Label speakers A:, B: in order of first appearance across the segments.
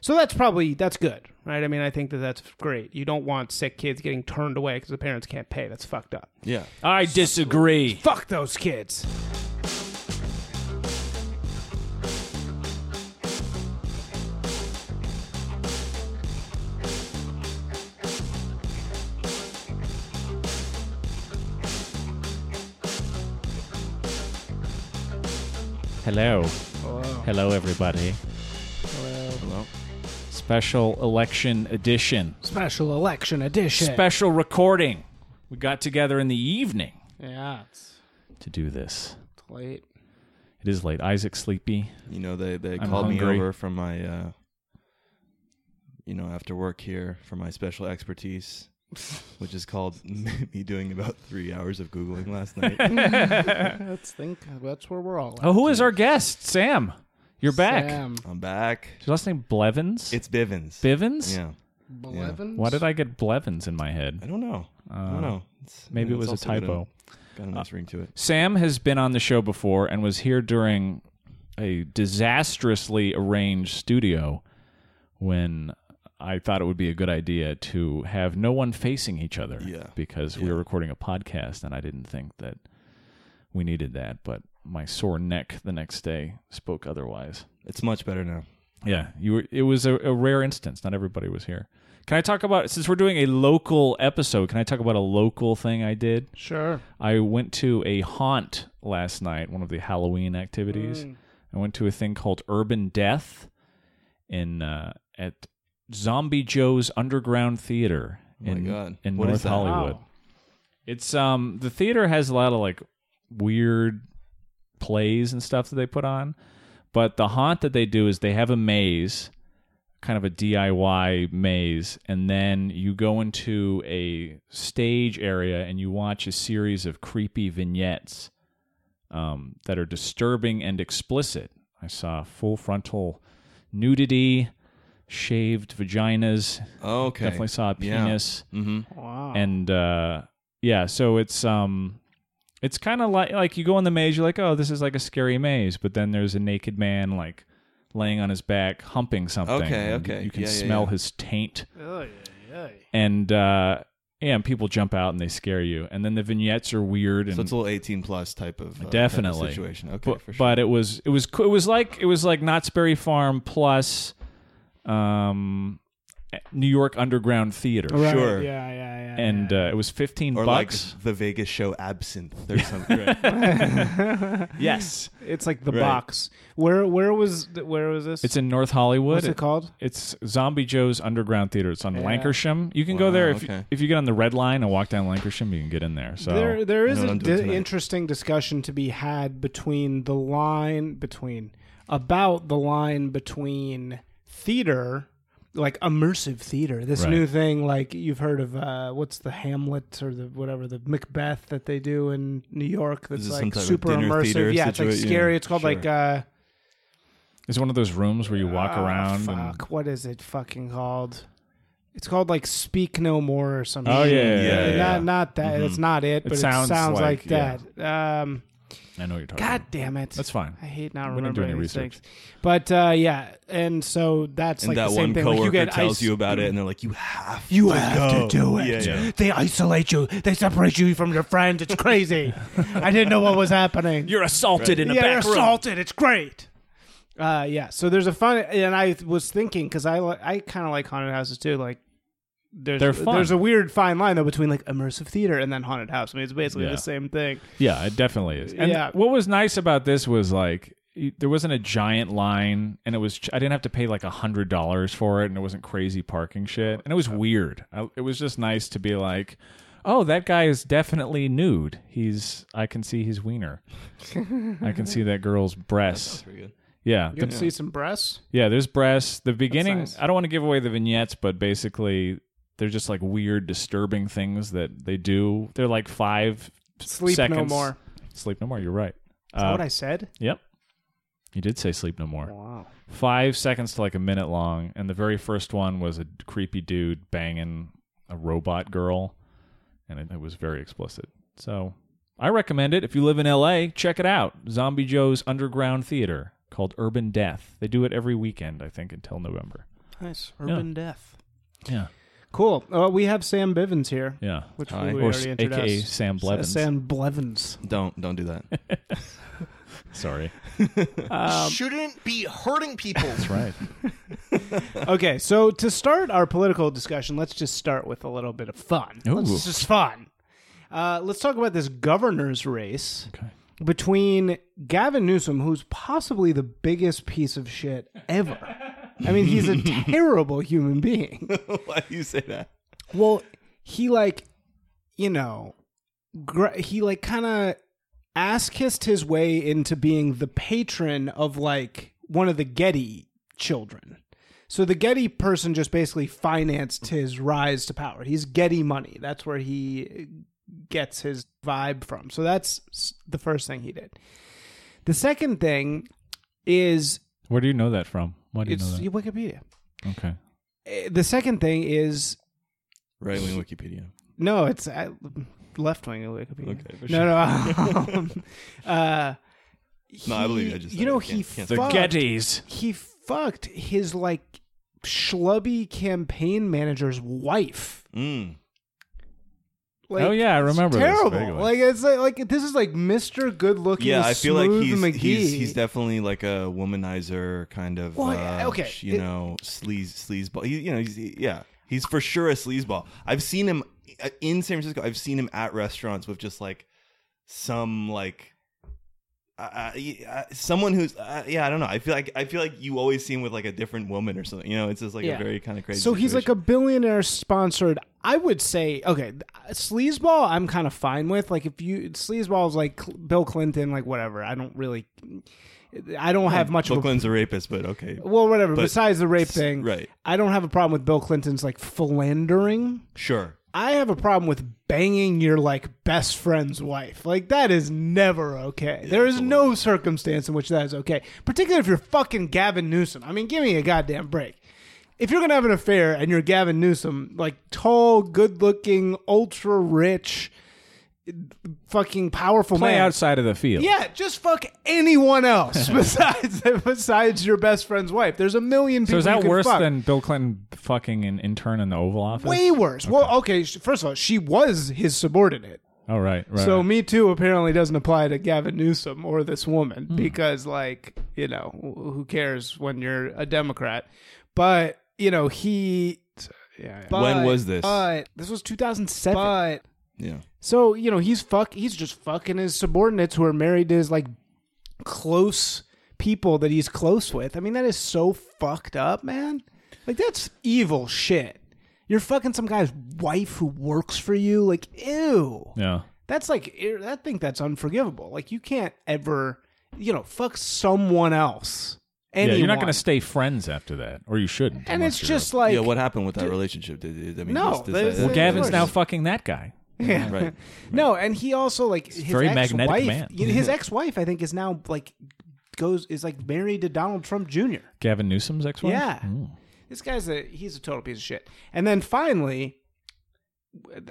A: So that's probably that's good, right? I mean, I think that that's great. You don't want sick kids getting turned away because the parents can't pay. That's fucked up.
B: Yeah.
C: I disagree.
A: Fuck those kids.
C: Hello. Hello, everybody.
B: Hello.
C: Special election edition.
A: Special election edition.
C: Special recording. We got together in the evening
A: yeah, it's,
C: to do this.
A: it's late.
C: It is late. Isaac's sleepy.
B: You know, they, they
C: I'm
B: called
C: hungry.
B: me over from my, uh, you know, after work here for my special expertise, which is called me doing about three hours of Googling last night.
A: Let's think. That's where we're all. At.
C: Oh, who is our guest? Sam. You're back.
A: Sam
B: I'm back.
C: Is your last name Blevins?
B: It's Bivens.
C: Bivens?
B: Yeah.
A: Blevins?
C: Why did I get Blevins in my
B: I
C: head?
B: don't know. I
C: Uh,
B: don't know. It's-
C: maybe
B: you
C: it
B: know,
C: was a
B: it's also uh, got
C: typo. Uh,
B: Got a nice ring to it.
C: Sam has been on the show before and was here during a disastrously arranged studio when I thought it would be a good idea to have no one facing each other.
B: Yeah.
C: Because we were recording a podcast and I didn't think that we needed that, but my sore neck the next day spoke otherwise.
B: It's much better now.
C: Yeah, you were, it was a, a rare instance. Not everybody was here. Can I talk about since we're doing a local episode? Can I talk about a local thing I did?
A: Sure.
C: I went to a haunt last night, one of the Halloween activities. I went to a thing called Urban Death in uh, at Zombie Joe's Underground Theater
B: Oh my
C: in
B: God.
C: in
B: What
C: North
B: is that?
C: Hollywood. It's um the theater has a lot of like weird plays and stuff that they put on, but the haunt that they do is they have a maze, kind of a DIY maze, and then you go into a stage area and you watch a series of creepy vignettes um, that are disturbing and explicit. I saw full frontal nudity, shaved vaginas.
B: Okay.
C: Definitely saw a
B: Yeah.
C: penis
B: Mm-hmm.
A: Wow.
C: and uh, yeah, so it's um, it's kind of like like you go in the maze, you're like, oh, this is like a scary maze, but then there's a naked man like laying on his back, humping something.
B: Okay,
C: and
B: okay.
C: You can
B: Yeah, yeah,
C: smell
B: yeah.
C: his taint,
A: Ay, ay, ay.
C: and uh, yeah, and people jump out and they scare you, and then the vignettes are weird and.
B: So it's a little 18 plus type of uh, type of
C: Definitely.
B: situation. Okay,
C: but,
B: for sure.
C: but it was it was co- it was like it was like Knott's Berry Farm plus, um, New York Underground Theater,
A: Right,
B: Sure.
A: Yeah, yeah, yeah.
C: and uh, it was fifteen
B: Oh, or
C: bucks.
B: like the Vegas show Absinthe or something.
C: yes,
A: it's like the
B: Right.
A: box. Where where was th- where was this?
C: it's in North Hollywood.
A: What's it called?
C: It's Zombie Joe's Underground Theater. It's on Lancashire. You can go
B: Wow,
C: there if
B: okay.
C: if you get on the red line and walk down Lancashire, you can get in there. So
A: There, there is
B: know what
A: an
B: I'm doing tonight.
A: interesting discussion to be had between the line between about the line between theater, like immersive theater, this
C: Right.
A: new thing. Like you've heard of uh, what's the Hamlet or the whatever the Macbeth that they do in New York. That's
B: Is it some
A: like
B: type of
A: super
B: dinner theater
A: immersive. Yeah, it's like
B: situa- yeah,
A: scary. it's called like
B: sure.
A: uh,
C: it's one of those rooms where you walk
A: ah,
C: around.
A: Fuck, what is it fucking called? It's called like Speak No More or something.
C: Oh, yeah, yeah, Mm-hmm.
B: yeah, yeah.
A: Not not that. It's not it, but it sounds,
C: sounds
A: like,
C: like- yeah.
A: that. Um,
C: And I know what you're talking.
A: God
C: about.
A: damn it!
C: that's fine.
A: I hate not
C: We didn't do
A: remembering
C: any
A: these
C: research.
A: things. But uh, yeah, and so that's
B: and
A: like
B: that
A: the same
B: one
A: thing.
B: coworker
A: like you get
B: tells
A: ice-
B: you about it, and they're like, "You have,
A: You
B: to
A: have
B: go."
A: to do it.
B: Yeah, yeah.
A: They isolate you. They separate you from your friends. It's crazy. I didn't know what was happening.
C: You're assaulted in a
A: yeah,
C: back
A: you're
C: room.
A: assaulted. It's great. Uh, yeah. So there's a fun, and I was thinking because I li- I kind of like haunted houses too. Like there's
C: They're fun.
A: there's a weird fine line though between like immersive theater and then haunted house. I mean, it's basically
C: Yeah.
A: the same thing.
C: Yeah, it definitely is. And
A: Yeah.
C: what was nice about this was like y- there wasn't a giant line, and it was ch- I didn't have to pay like a hundred dollars for it, and it wasn't crazy parking shit, and it was weird. I, it was just nice to be like, oh, that guy is definitely nude. He's I can see his wiener. I can see that girl's breasts.
B: Pretty good.
C: Yeah,
A: You can see some breasts.
C: yeah, there's breasts. The beginning,
A: nice.
C: I don't want to give away the vignettes, but basically they're just like weird, disturbing things that they do. They're like five
A: Sleep no
C: seconds.
A: more.
C: Sleep no more. You're right.
A: Is that
C: Uh,
A: what I said?
C: Yep. You did say sleep no more.
A: Wow.
C: Five seconds to like a minute long, and the very first one was a creepy dude banging a robot girl, and it, it was very explicit. So I recommend it. If you live in LA, check it out. Zombie Joe's Underground Theater called Urban Death. They do it every weekend, I think, until November.
A: Nice. Urban death.
C: Yeah.
A: Cool. Uh, we have Sam Bivens here,
C: Yeah.
A: which
B: Hi.
A: we
C: Or
A: already
C: s-
A: introduced. Uh,
C: AKA Sam Blevins.
A: Sam Blevins.
B: Don't don't do that.
C: Sorry.
D: Shouldn't be hurting people.
C: That's right.
A: okay, so to start our political discussion, let's just start with a little bit of fun.
C: Ooh.
A: Let's just fun. Uh, let's talk about this governor's race
C: Okay.
A: between Gavin Newsom, who's possibly the biggest piece of shit ever. I mean, he's a terrible human being.
B: Why do you say that?
A: Well, he like, you know, gr- he like kind of ass kissed his way into being the patron of like one of the Getty children. So the Getty person just basically financed his rise to power. He's Getty money. That's where he gets his vibe from. So that's s- the first thing he did. The second thing is
C: Where do you know that from? Why do you
A: it's
C: know
A: Wikipedia.
C: that? Okay.
A: Eh, The second thing is
B: Right wing Wikipedia.
A: No, it's at left wing of Wikipedia.
B: Okay, for
A: no, no. um, uh,
B: No, I believe you. I
A: he-
B: just-
A: you know
B: I
A: he
B: can't- can't-
A: fucked,
C: Gettys.
A: he fucked his like schlubby campaign manager's wife.
B: Mm.
A: Like,
C: oh yeah, I
A: it's
C: remember. this
A: terrible.
C: vaguely.
A: like it's like, like this is like Mister Good Looking.
B: Yeah, I feel like he's,
A: McGee.
B: he's he's definitely like a womanizer kind of.
A: Well,
B: uh,
A: okay,
B: sh- you
A: it-
B: know, sleaze sleazeball. He, you know, he's he- yeah, he's for sure a sleazeball. I've seen him uh, in San Francisco. I've seen him at restaurants with just like some like. Uh, uh, someone who's uh, yeah, I don't know. I feel like I feel like you always see him with like a different woman or something. You know, it's just like
A: Yeah.
B: a very kind of crazy.
A: So he's like a billionaire sponsored. I would say okay, th- sleazeball. I'm kind of fine with like if you sleazeball is like Cl- Bill Clinton, like whatever. I don't really, I don't have much of a
B: Brooklyn's a rapist, but okay,
A: well, whatever.
B: but-
A: besides the rape thing,
B: right.
A: I don't have a problem with Bill Clinton's like philandering.
B: sure.
A: I have a problem with banging your like best friend's wife. Like that is never okay. there is no circumstance in which that is okay. Particularly if you're fucking Gavin Newsom. I mean, give me a goddamn break. If you're gonna have an affair and you're Gavin Newsom, like tall, good-looking, ultra-rich, fucking powerful
C: play
A: man,
C: outside of the field.
A: yeah, just fuck anyone else besides besides your best friend's wife. There's a million people.
C: So is
A: you
C: that
A: could
C: worse
A: fuck.
C: than Bill Clinton fucking an intern in the Oval Office?
A: way worse? Well, okay. sh- First of all, she was his subordinate.
C: Oh right, right.
A: So
C: right.
A: me too apparently doesn't apply to Gavin Newsom or this woman because like, you know, wh- who cares when you're a Democrat? But, you know, he yeah, yeah.
B: When
A: But-
B: was this?
A: But this was 2007. But
B: Yeah,
A: so, you know, he's fuck he's just fucking his subordinates who are married to his like close people that he's close with. I mean, that is so fucked up, man. Like that's evil shit. You're fucking some guy's wife who works for you. Like, ew.
C: yeah.
A: That's like ir- I think that's unforgivable. Like you can't ever, you know, fuck someone else. Anyone.
C: Yeah, you're not going to stay friends after that, or you shouldn't.
A: and
C: unless
A: it's
C: you're a-
A: just like
B: yeah. What happened with that relationship? Did, did- I mean,
A: No,
B: this- this-
A: there's-
B: that-
A: Well,
B: that-
C: Gavin's
A: Of
C: now
A: course.
C: fucking that guy.
A: Yeah.
B: right.
A: No, and he also like his
C: very
A: ex-wife,
C: magnetic man.
A: you know, His ex-wife, I think, is now like goes is like married to Donald Trump Jr.
C: Gavin Newsom's ex-wife.
A: Yeah.
B: Hmm.
A: This guy's a he's a total piece of shit. And then finally,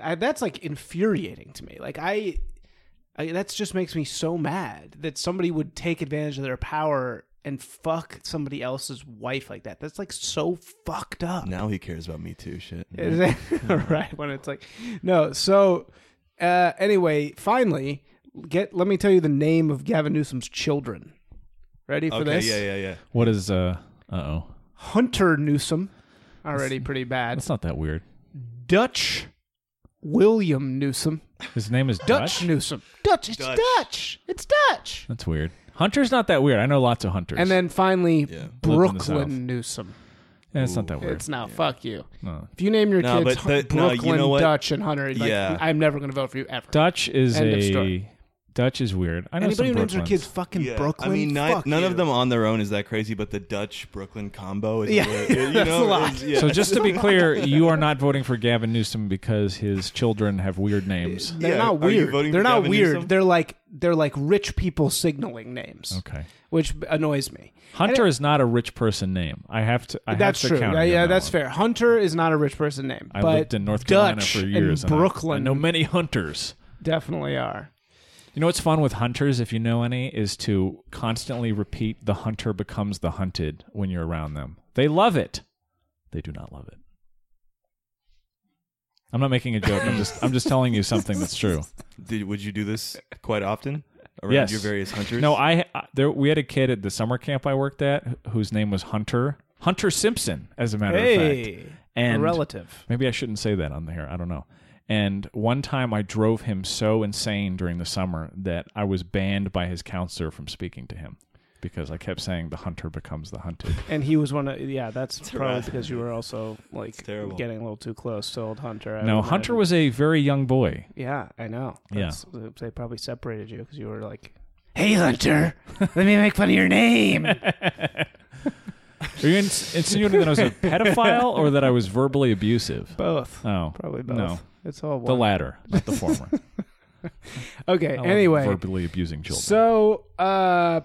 A: I, that's like infuriating to me. Like I, I that just makes me so mad that somebody would take advantage of their power and fuck somebody else's wife like that. That's like so fucked up.
B: Now he cares about me too. Shit.
A: right when it's like no. So uh, anyway, finally, get let me tell you the name of Gavin Newsom's children. Ready for
B: okay.
A: this?
B: Yeah. Yeah. Yeah.
C: What is uh? Uh oh.
A: Hunter Newsom, already pretty bad.
C: That's not that weird.
A: Dutch William Newsom.
C: His name is
A: Dutch,
C: Dutch.
A: Newsom. Dutch. It's Dutch.
B: Dutch.
A: It's Dutch.
C: That's weird. Hunter's not that weird. I know lots of hunters.
A: And then finally,
B: Yeah.
C: Lived in the South.
A: Brooklyn Newsom.
C: yeah, it's not that weird.
A: It's now fuck you.
C: No.
A: If you name your
B: No,
A: kids
B: but the- no, you
A: Brooklyn
B: know what?
A: Dutch and Hunter, like,
B: Yeah.
A: I'm never going to vote for you ever.
C: Dutch is
A: End of
C: a
A: story.
C: Dutch is weird. I know
A: Anybody who
C: some
A: names their
C: Brooklyns.
A: kids fucking
B: Yeah.
A: Brooklyn,
B: I mean, ni-
A: fuck
B: none
A: you.
B: of them on their own is that crazy, but the Dutch Brooklyn combo is.
A: Yeah,
B: really- you
A: that's
B: know,
A: a lot.
B: is- yeah.
C: So just to be clear, you are not voting for Gavin Newsom because his children have weird names.
A: They're
B: Yeah,
A: not
B: are you
A: weird.
B: voting
A: They're
B: for
A: not
B: Gavin
A: weird.
B: Newsom?
A: They're like they're like rich people signaling names,
C: Okay.
A: which annoys me.
C: Hunter is not a rich person name. I have to. I
A: That's
C: have to
A: true.
C: Counter
A: Yeah,
C: you on
A: yeah,
C: that
A: that's
C: one.
A: fair. Hunter is not a rich person name.
C: I
A: but
C: lived in North Carolina
A: Dutch
C: for years.
A: And
C: and I-
A: Brooklyn
C: I know many hunters.
A: definitely are.
C: You know what's fun with hunters, if you know any, is to constantly repeat the hunter becomes the hunted when you're around them. They love it. They do not love it. I'm not making a joke. I'm just I'm just telling you something that's true.
B: Did, would you do this quite often around
C: Yes.
B: your various hunters?
C: No, I I- there we had a kid at the summer camp I worked at wh- whose name was Hunter Hunter Simpson, as a matter of fact.
A: Hey, a
C: And
A: relative.
C: maybe I shouldn't say that on the here. I don't know. And one time I drove him so insane during the summer that I was banned by his counselor from speaking to him because I kept saying the hunter becomes the hunted.
A: And he was one of yeah. That's probably
B: harassing.
A: because you were also like
B: terrible.
A: getting a little too close to old Hunter. I
C: no,
A: would
C: Hunter
A: imagine.
C: was a very young boy.
A: Yeah, I know.
C: Yeah.
A: That's, they probably separated you because you were like, "Hey, Hunter, let me make fun of your name."
C: Are you ins- insinuating that I was a pedophile or that I was verbally abusive?
A: both,
C: Oh,
A: probably both.
C: No,
A: It's all
C: the
A: one.
C: latter, not the former.
A: okay.
C: I love
A: Anyway,
C: verbally abusing children.
A: so uh,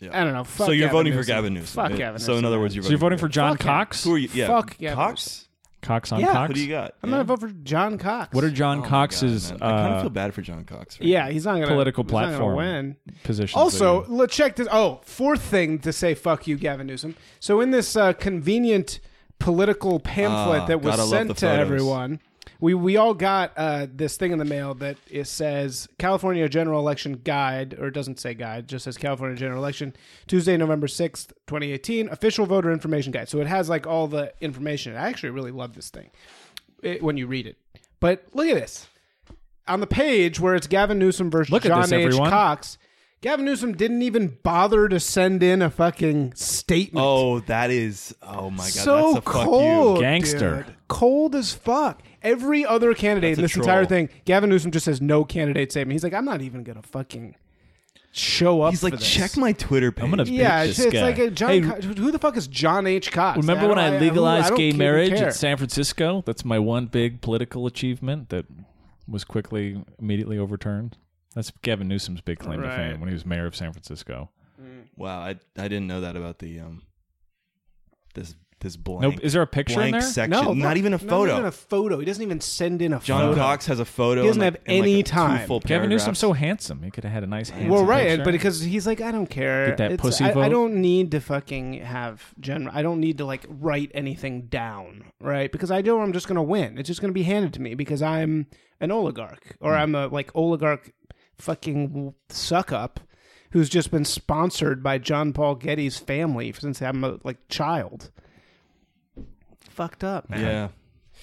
B: Yeah.
A: I don't know. Fuck
B: so you're
A: Gavin
B: voting for
A: Newsom.
B: Gavin Newsom.
A: Fuck
B: Uh,
A: Gavin
B: So in
A: Newsom,
B: other
A: yeah.
B: words, you're
C: So you're voting
B: voting
C: for John
A: Fuck him.
C: Cox?
B: Who are you? Yeah,
A: Fuck Gavin
B: Cox.
C: Cox on
A: Yeah.
C: Cox.
B: Who do you got?
A: I'm
B: Yeah.
A: gonna vote for John Cox.
C: What are John
B: Oh my
C: Cox's
B: God, man. I kind of
C: uh,
B: feel bad for John Cox. Right
A: yeah, he's not gonna
C: Political
A: he's not gonna
C: platform.
A: win.
C: positions?
A: Also,
C: that
A: let's check this. Oh, fourth thing to say, fuck you, Gavin Newsom. So in this uh, convenient political pamphlet
B: Ah,
A: that was
B: gotta love the
A: sent to
B: photos.
A: everyone, we we all got uh, this thing in the mail that it says California general election guide, or it doesn't say guide, just says California general election Tuesday, November sixth, twenty eighteen, official voter information guide. So it has like all the information. I actually really love this thing it, when you read it. But look at this. On the page where it's Gavin Newsom versus
C: Look at
A: John
C: this,
A: H.
C: everyone.
A: Cox, Gavin Newsom didn't even bother to send in a fucking statement.
B: Oh, that is. Oh my God.
A: so
B: that's a fuck
A: cold,
B: You.
C: Gangster.
A: dude. cold as fuck. Every other candidate in
B: a
A: this
B: troll.
A: entire thing, Gavin Newsom just says no candidate statement. He's like, I'm not even gonna fucking show up.
B: He's
A: for
B: like,
A: this."
B: check my Twitter page.
C: I'm gonna-
A: Yeah,
C: Bitch,
A: it's,
C: this
A: it's
C: guy.
A: like a John.
C: Hey,
A: Co- who the fuck is John H. Cox?
C: Remember when
A: don't-
C: I
A: who- I
C: legalized
A: don't
C: gay
A: even
C: marriage
A: care.
C: in San Francisco? That's my one big political achievement that was quickly immediately overturned. That's Gavin Newsom's big claim to
A: Right.
C: fame when he was mayor of San Francisco.
B: Wow, I I didn't know that about the um this this
C: No,
B: blank.
C: is there a picture in
B: blank
C: there?
B: section?
A: No,
B: not even a photo.
A: Not even a photo. He doesn't even send in a
B: John
A: photo.
B: Cox has a photo.
A: He doesn't
B: and, like-
A: have
B: and, like,
A: any
B: a- two
A: time.
B: Full
C: Gavin
B: paragraphs.
C: Newsom's so handsome. He could have had a nice handsome
A: Well, right,
C: picture.
A: but because he's like, I don't care.
C: Get that
A: It's-
C: pussy
A: I, I
C: vote.
A: don't need to fucking have general. I don't need to like write anything down, right? Because I know I'm just gonna win. It's just gonna be handed to me because I'm an oligarch
C: Hmm.
A: or I'm a like oligarch fucking suck up who's just been sponsored by John Paul Getty's family since I'm a like child. Fucked up, man.
B: Yeah,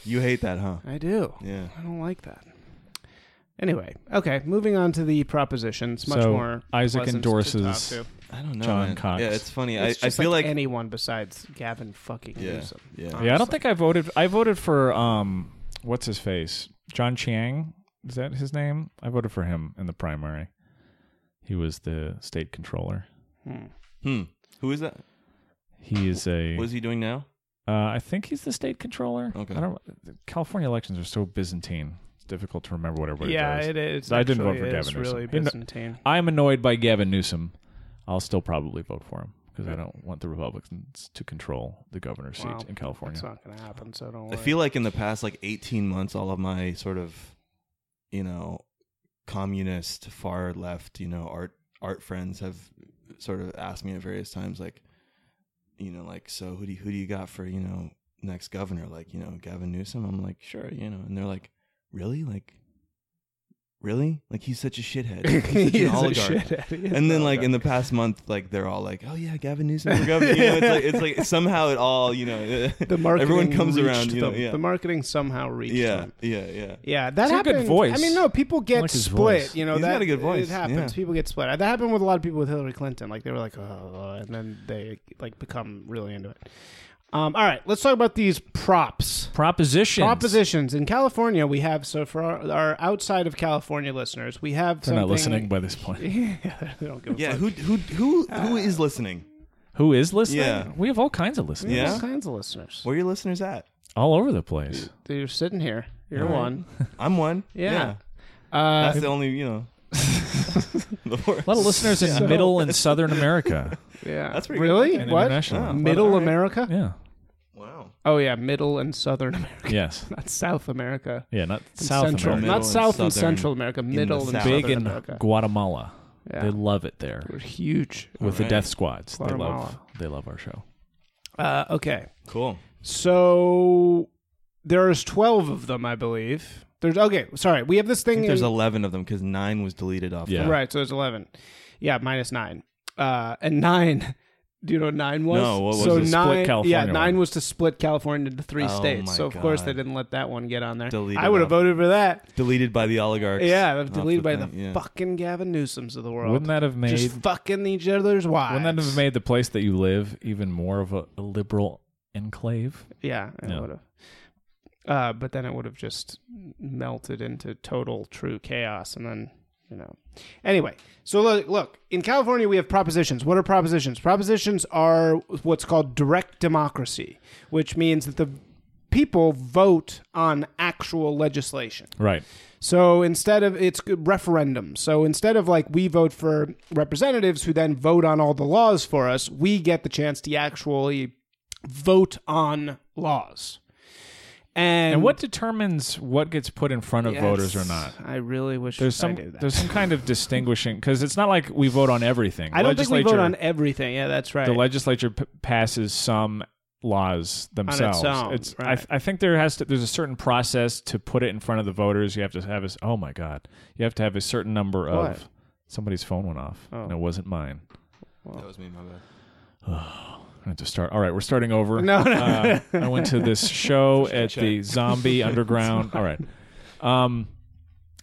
B: you hate that, huh?
A: I do.
B: Yeah.
A: I don't like that. Anyway, okay, moving on to the propositions. Much
C: So,
A: more
C: Isaac
A: pleasant
C: endorses-
A: To talk to.
B: I don't know.
C: John
B: man.
C: Cox.
B: Yeah, it's funny.
A: It's
B: I, I
A: just
B: feel like,
A: anyone besides Gavin fucking
B: yeah,
A: Newsom.
B: yeah.
C: yeah, I don't think I voted. I voted for um, what's his face, John Chiang. Is that his name? I voted for him in the primary. He was the state controller.
B: Hmm. Who is that?
C: He is a.
B: What is he doing now?
C: Uh, I think he's the state controller.
B: Oh, Okay.
C: I don't. California elections are so Byzantine. It's difficult to remember what everybody
A: yeah,
C: does.
A: it is.
C: I didn't
A: actually-
C: vote for
A: it is
C: Gavin Newsom.
A: really
C: He kn-
A: Byzantine.
C: I'm annoyed by Gavin Newsom. I'll still probably vote for him because I don't want the Republicans to control the governor's
A: Wow.
C: seat in California.
A: It's not going to happen, so don't worry.
B: I feel like in the past like 18 months, all of my sort of, you know, communist far left, you know, art art friends have sort of asked me at various times, like, you know, like, so who do you, who do you got for you know next governor? Like, you know, Gavin Newsom. I'm like, sure, you know, and they're like, really, like, really, like he's such a shithead. He's such an
A: He is a
B: oligarch.
A: shithead. He is an
B: and then like
A: oligarch.
B: in the past month, like they're all like, "Oh yeah, Gavin Newsom for governor." You know, it's like it's like somehow it all you know.
A: the marketing
B: everyone comes
A: reached
B: around. You know,
A: them.
B: yeah,
A: The marketing somehow reached
B: yeah,
A: them.
B: yeah, yeah.
A: Yeah, that
C: He's got a good
A: happened.
C: voice.
A: I mean, no, people get
C: like his
A: split.
C: voice.
A: You know,
B: He's
A: that
B: got a good voice,
A: It happens.
B: yeah.
A: People get split. That happened with a lot of people with Hillary Clinton. Like they were like, oh, and then they like become really into it. Um, all right, let's talk about these props.
C: Propositions.
A: Propositions in California, we have so for our, our outside of California listeners, we have
C: They're
A: something.
C: not listening by this point.
A: yeah, they don't give a
B: Yeah,
A: fuck.
B: who who who
A: Ah.
B: who is listening?
C: Who is listening?
B: Yeah.
C: We have all kinds of listeners.
B: Yeah.
A: All kinds of listeners.
B: Where are your listeners at?
C: All over the place.
A: You're sitting here. You're one.
B: I'm one.
A: Yeah. Uh,
B: that's the only you know. the
C: A lot of listeners in middle and southern America.
A: Yeah,
B: That's pretty good.
A: really
C: And
A: what Oh.
C: international.
B: Yeah.
A: middle
B: All right.
A: America.
C: Yeah.
B: Wow.
A: Oh yeah, middle and southern America,
C: Yes.
A: not South America.
C: Yeah, not
A: And
C: South
A: central,
C: America.
B: Middle
A: not
B: and
A: South and
B: southern
A: Central America,
B: the
A: middle and
B: south.
A: southern
C: Big in
A: America.
C: Guatemala.
A: Yeah.
C: They love it there.
A: We're huge.
C: With the
B: right.
C: death squads. They love
A: Guatemala.
C: they love our show.
A: Uh, okay.
B: Cool.
A: So there's 12 of them, I believe. There's okay, sorry. We have this
B: I
A: thing
B: think there's
A: in-
B: eleven of them because nine was deleted off.
C: Yeah.
A: Right, so it's 11. Yeah, minus 9. Uh and 9 do you know what 9 was?
B: No, what was
A: so
B: it? Split
A: 9
C: California
A: Yeah, 9
C: one.
A: was to split California into 3
B: Oh
A: states.
B: my
A: So of course
B: God.
A: they didn't let that one get on there.
B: Deleted
A: I would
B: up.
A: have voted for that.
B: deleted by the oligarchs.
A: Yeah,
B: off
A: deleted by
B: thing,
A: the
B: yeah.
A: fucking Gavin Newsoms of the world.
C: Wouldn't that have made
A: just fucking each other's wives?
C: wouldn't that have made the place that you live even more of a, a liberal enclave?
A: Yeah, it
C: Yeah.
A: would have. Uh, but then it would have just melted into total true chaos, and then you know. Anyway, so look, look in California we have propositions. What are propositions? Propositions are what's called direct democracy, which means that the people vote on actual legislation.
C: Right.
A: So instead of it's referendum. So instead of like we vote for representatives who then vote on all the laws for us, we get the chance to actually vote on laws. And,
C: And what determines what gets put in front of
A: Yes,
C: voters or not?
A: I really wish
C: There's
A: I
C: some
A: did that.
C: there's some kind of distinguishing because it's not like we vote on everything.
A: I don't think we
C: legislature,
A: vote on everything. Yeah, that's right.
C: the legislature p- passes some laws themselves.
A: own,
C: I,
A: right.
C: I think there has to there's a certain process to put it in front of the voters. You have to have a s- oh my god, you have to have a certain number of
A: What?
C: somebody's phone went off
A: Oh.
C: and it wasn't mine.
B: That was me. My bad.
C: I have to start. All right, we're starting over.
A: no, no.
C: Uh, I went to this show at the Zombie Underground. All right. Um,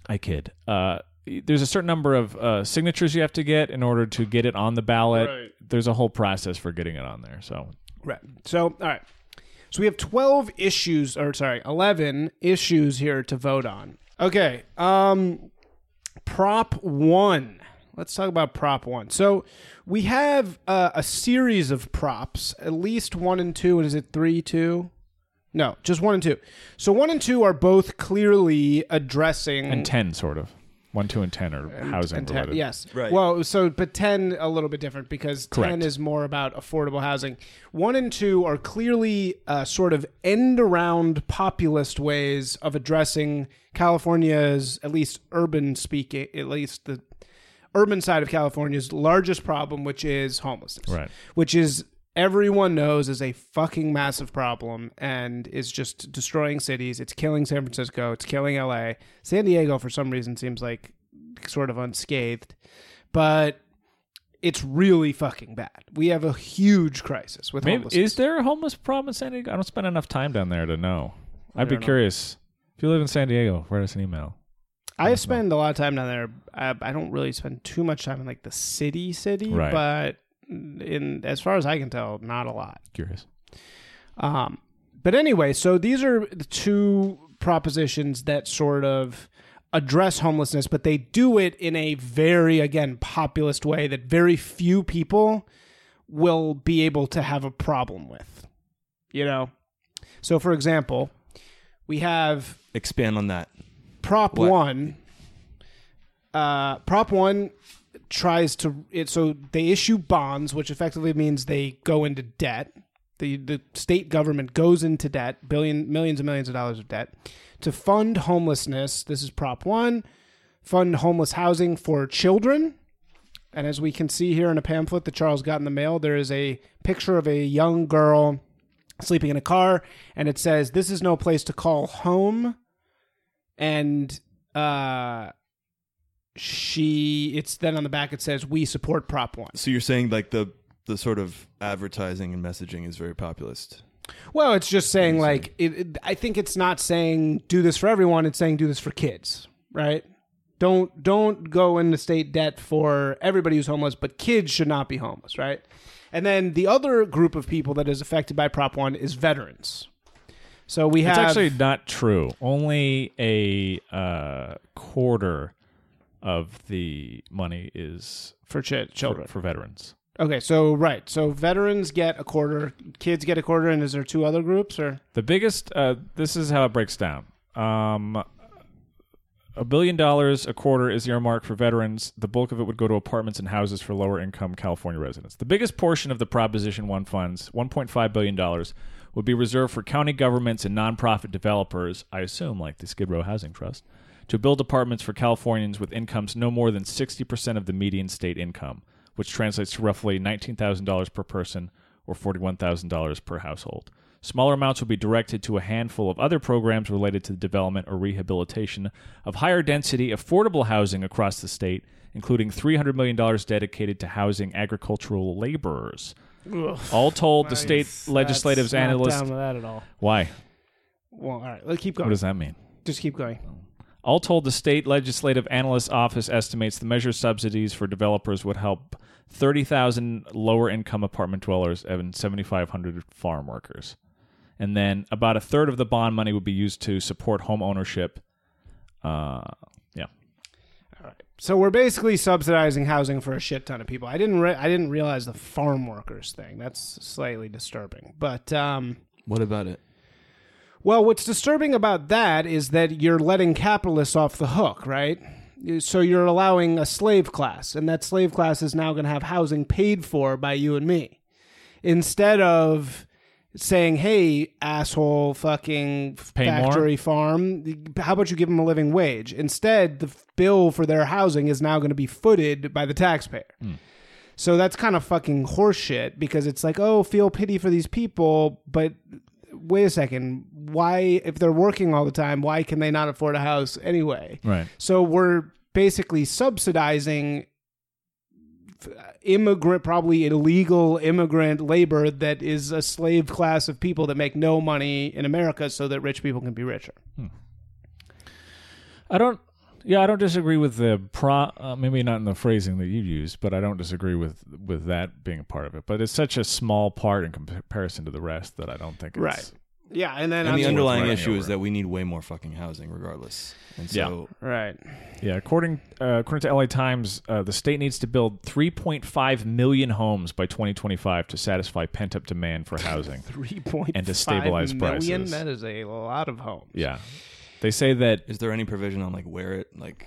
C: I kid. Uh, there's a certain number of uh, signatures you have to get in order to get it on the ballot.
A: Right.
C: There's a whole process for getting it on there. So
A: Right. So, all right. So we have 12 issues or sorry, 11 issues here to vote on. Okay. Um prop 1. Let's talk about prop 1. So, we have uh, a series of props, at least 1 and 2 and is it 3 2? No, just 1 and 2. So 1 and 2 are both clearly addressing
C: and ten sort of one, two, and ten are housing
A: and 10
C: related.
A: yes
B: Right.
A: well so but 10 a little bit different because 10
C: Correct.
A: is more about affordable housing 1 and 2 are clearly uh, sort of end around populist ways of addressing california's at least urban speaking at least the urban side of california's largest problem which is homelessness
C: Right.
A: which is everyone knows is a fucking massive problem and is just destroying cities. It's killing San Francisco. It's killing LA. San Diego, for some reason, seems like sort of unscathed, but it's really fucking bad. We have a huge crisis with
C: Maybe,
A: homelessness.
C: is there a homeless problem in San Diego? I don't spend enough time down there to know. I'd be
A: don't know.
C: curious. If you live in San Diego, write us an email.
A: I spend a lot of time down there. I, I don't really spend too much time in like the city, city,
C: Right.
A: but in as far as I can tell, not a lot.
C: Curious.
A: Um, but anyway, so these are the two propositions that sort of address homelessness, but they do it in a very, again, populist way that very few people will be able to have a problem with. You know? So, for example, we have
B: Expand on that.
A: prop
B: What?
A: one uh prop one tries to it so they issue bonds which effectively means they go into debt the the state government goes into debt billion millions and millions of dollars of debt to fund homelessness this is prop one fund homeless housing for children and as we can see here in a pamphlet that charles got in the mail there is a picture of a young girl sleeping in a car and it says this is no place to call home and uh she it's then on the back it says we support prop 1
B: So you're saying like the the sort of advertising and messaging is very populist.
A: well it's just saying like it, it, i think it's not saying do this for everyone it's saying do this for kids right don't don't go into state debt for everybody who's homeless but kids should not be homeless right and then the other group of people that is affected by prop 1 is veterans so we have
C: It's actually not true. Only a uh, quarter of the money is
A: for chi-
C: for,
A: children
C: for veterans.
A: okay so right so veterans get a quarter kids get a quarter and is there two other groups or
C: The biggest. Uh, this is how it breaks down. Um, a billion dollars a quarter is earmarked for veterans. The bulk of it would go to apartments and houses for lower income California residents. The biggest portion of the Proposition 1 funds, $1.5 billion, would be reserved for county governments and nonprofit developers, I assume like the Skid Row Housing Trust, to build apartments for Californians with incomes no more than 60% of the median state income, which translates to roughly $19,000 per person or $41,000 per household. Smaller amounts will be directed to a handful of other programs related to the development or rehabilitation of higher density affordable housing across the state, including $300 million dedicated to housing agricultural laborers. All told, the state legislative's
A: That's not
C: analyst.
A: down with that at all.
C: Why?
A: Well, all right, let's keep
C: What
A: going.
C: does that mean?
A: Just keep going.
C: All told, the state legislative analyst office estimates the measure subsidies for developers would help 30,000 lower income apartment dwellers and 7,500 farm workers. And then about a third of the bond money would be used to support home ownership. Uh, yeah.
A: So we're basically subsidizing housing for a shit ton of people. I didn't re- I didn't realize the farm workers thing. That's slightly disturbing. But um
B: What about it?
A: well, what's disturbing about that is that you're letting capitalists off the hook, right? So you're allowing a slave class, and that slave class is now going to have housing paid for by you and me. Instead of saying, "Hey, asshole, fucking
C: Pay more?
A: factory farm, how about you give them a living wage?" Instead, the f- bill for their housing is now going to be footed by the taxpayer.
C: Hmm.
A: So that's kind of fucking horseshit because it's like, "Oh, feel pity for these people," but wait a second, why if they're working all the time, why can they not afford a house anyway?
C: Right.
A: So we're basically subsidizing f- uh, immigrant probably illegal immigrant labor that is a slave class of people that make no money in America so that rich people can be richer.
C: I don't. Yeah, I don't disagree with the pro. Uh, maybe not in the phrasing that you used, but I don't disagree with with that being a part of it. But it's such a small part in comparison to the rest that I don't think it's
A: Right. Yeah, and then
B: And
A: on
B: the
A: the-
B: underlying
C: writing
B: issue is
C: over.
B: that we need way more fucking housing, regardless. And so,
A: right.
C: Yeah, according uh, according to LA Times, uh, the state needs to build 3.5 million homes by 2025 to satisfy pent up demand for housing.
A: 3.5
C: And to stabilize
A: million,
C: prices.
A: That is a lot of homes.
C: yeah, they say that.
B: is there any provision on like where it like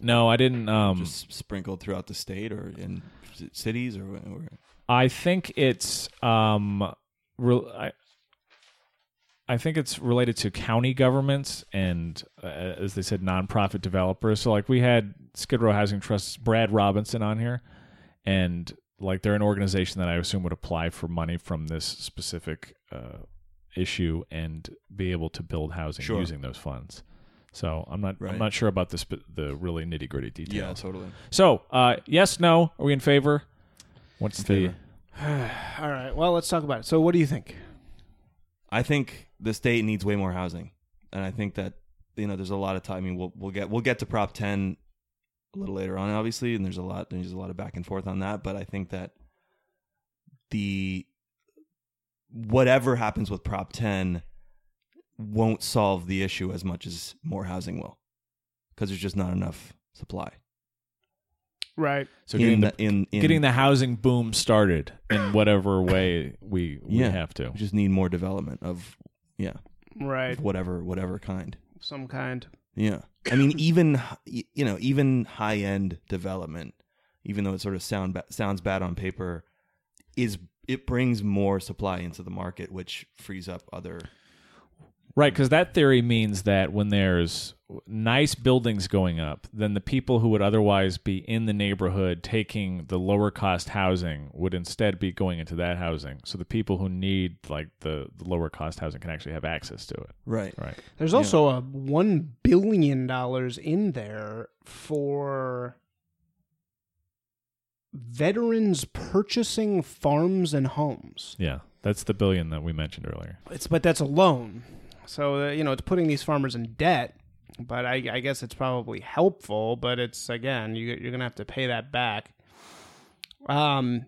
C: No, I didn't. Um,
A: Hmm.
B: s- sprinkled throughout the state or in c- cities or? wh- or
C: I think it's um, re- I, I think it's related to county governments and, uh, as they said, nonprofit developers. So, like, we had Skid Row Housing Trust's Brad Robinson on here, and like, they're an organization that I assume would apply for money from this specific uh, issue and be able to build housing
B: Sure.
C: using those funds. So I'm not I'm
B: Right.
C: not sure about the sp- the really nitty gritty details.
B: yeah, totally.
C: So uh, yes, no, are we in favor? What's the
B: favor.
A: All right. Well, let's talk about it. So what do you think?
B: I think the state needs way more housing, and I think that you know there's a lot of time. I mean, we'll we'll get we'll get to Prop 10 a little later on, obviously, and there's a lot there's a lot of back and forth on that. But I think that the whatever happens with Prop 10 won't solve the issue as much as more housing will, because there's just not enough supply.
A: Right.
C: So
B: in,
C: getting the,
B: the, in, in
C: getting the housing boom started in whatever way we, we
B: Yeah.
C: have to.
B: we just need more development of yeah
A: Right.
B: of whatever whatever kind.
A: Some kind.
B: Yeah. I mean, even h- you know, even high end development, even though it sort of sound ba- sounds bad on paper, is it brings more supply into the market, which frees up other.
C: Right, because that theory means that when there's nice buildings going up, then the people who would otherwise be in the neighborhood taking the lower cost housing would instead be going into that housing. So the people who need like the, the lower cost housing can actually have access to it.
B: Right.
C: Right.
A: There's also a one billion dollars in there for veterans purchasing farms and homes.
C: Yeah. That's the billion that we mentioned earlier.
A: It's but that's a loan, so uh, you know it's putting these farmers in debt. But I, I guess it's probably helpful. But it's again, you, you're gonna have to pay that back. Um,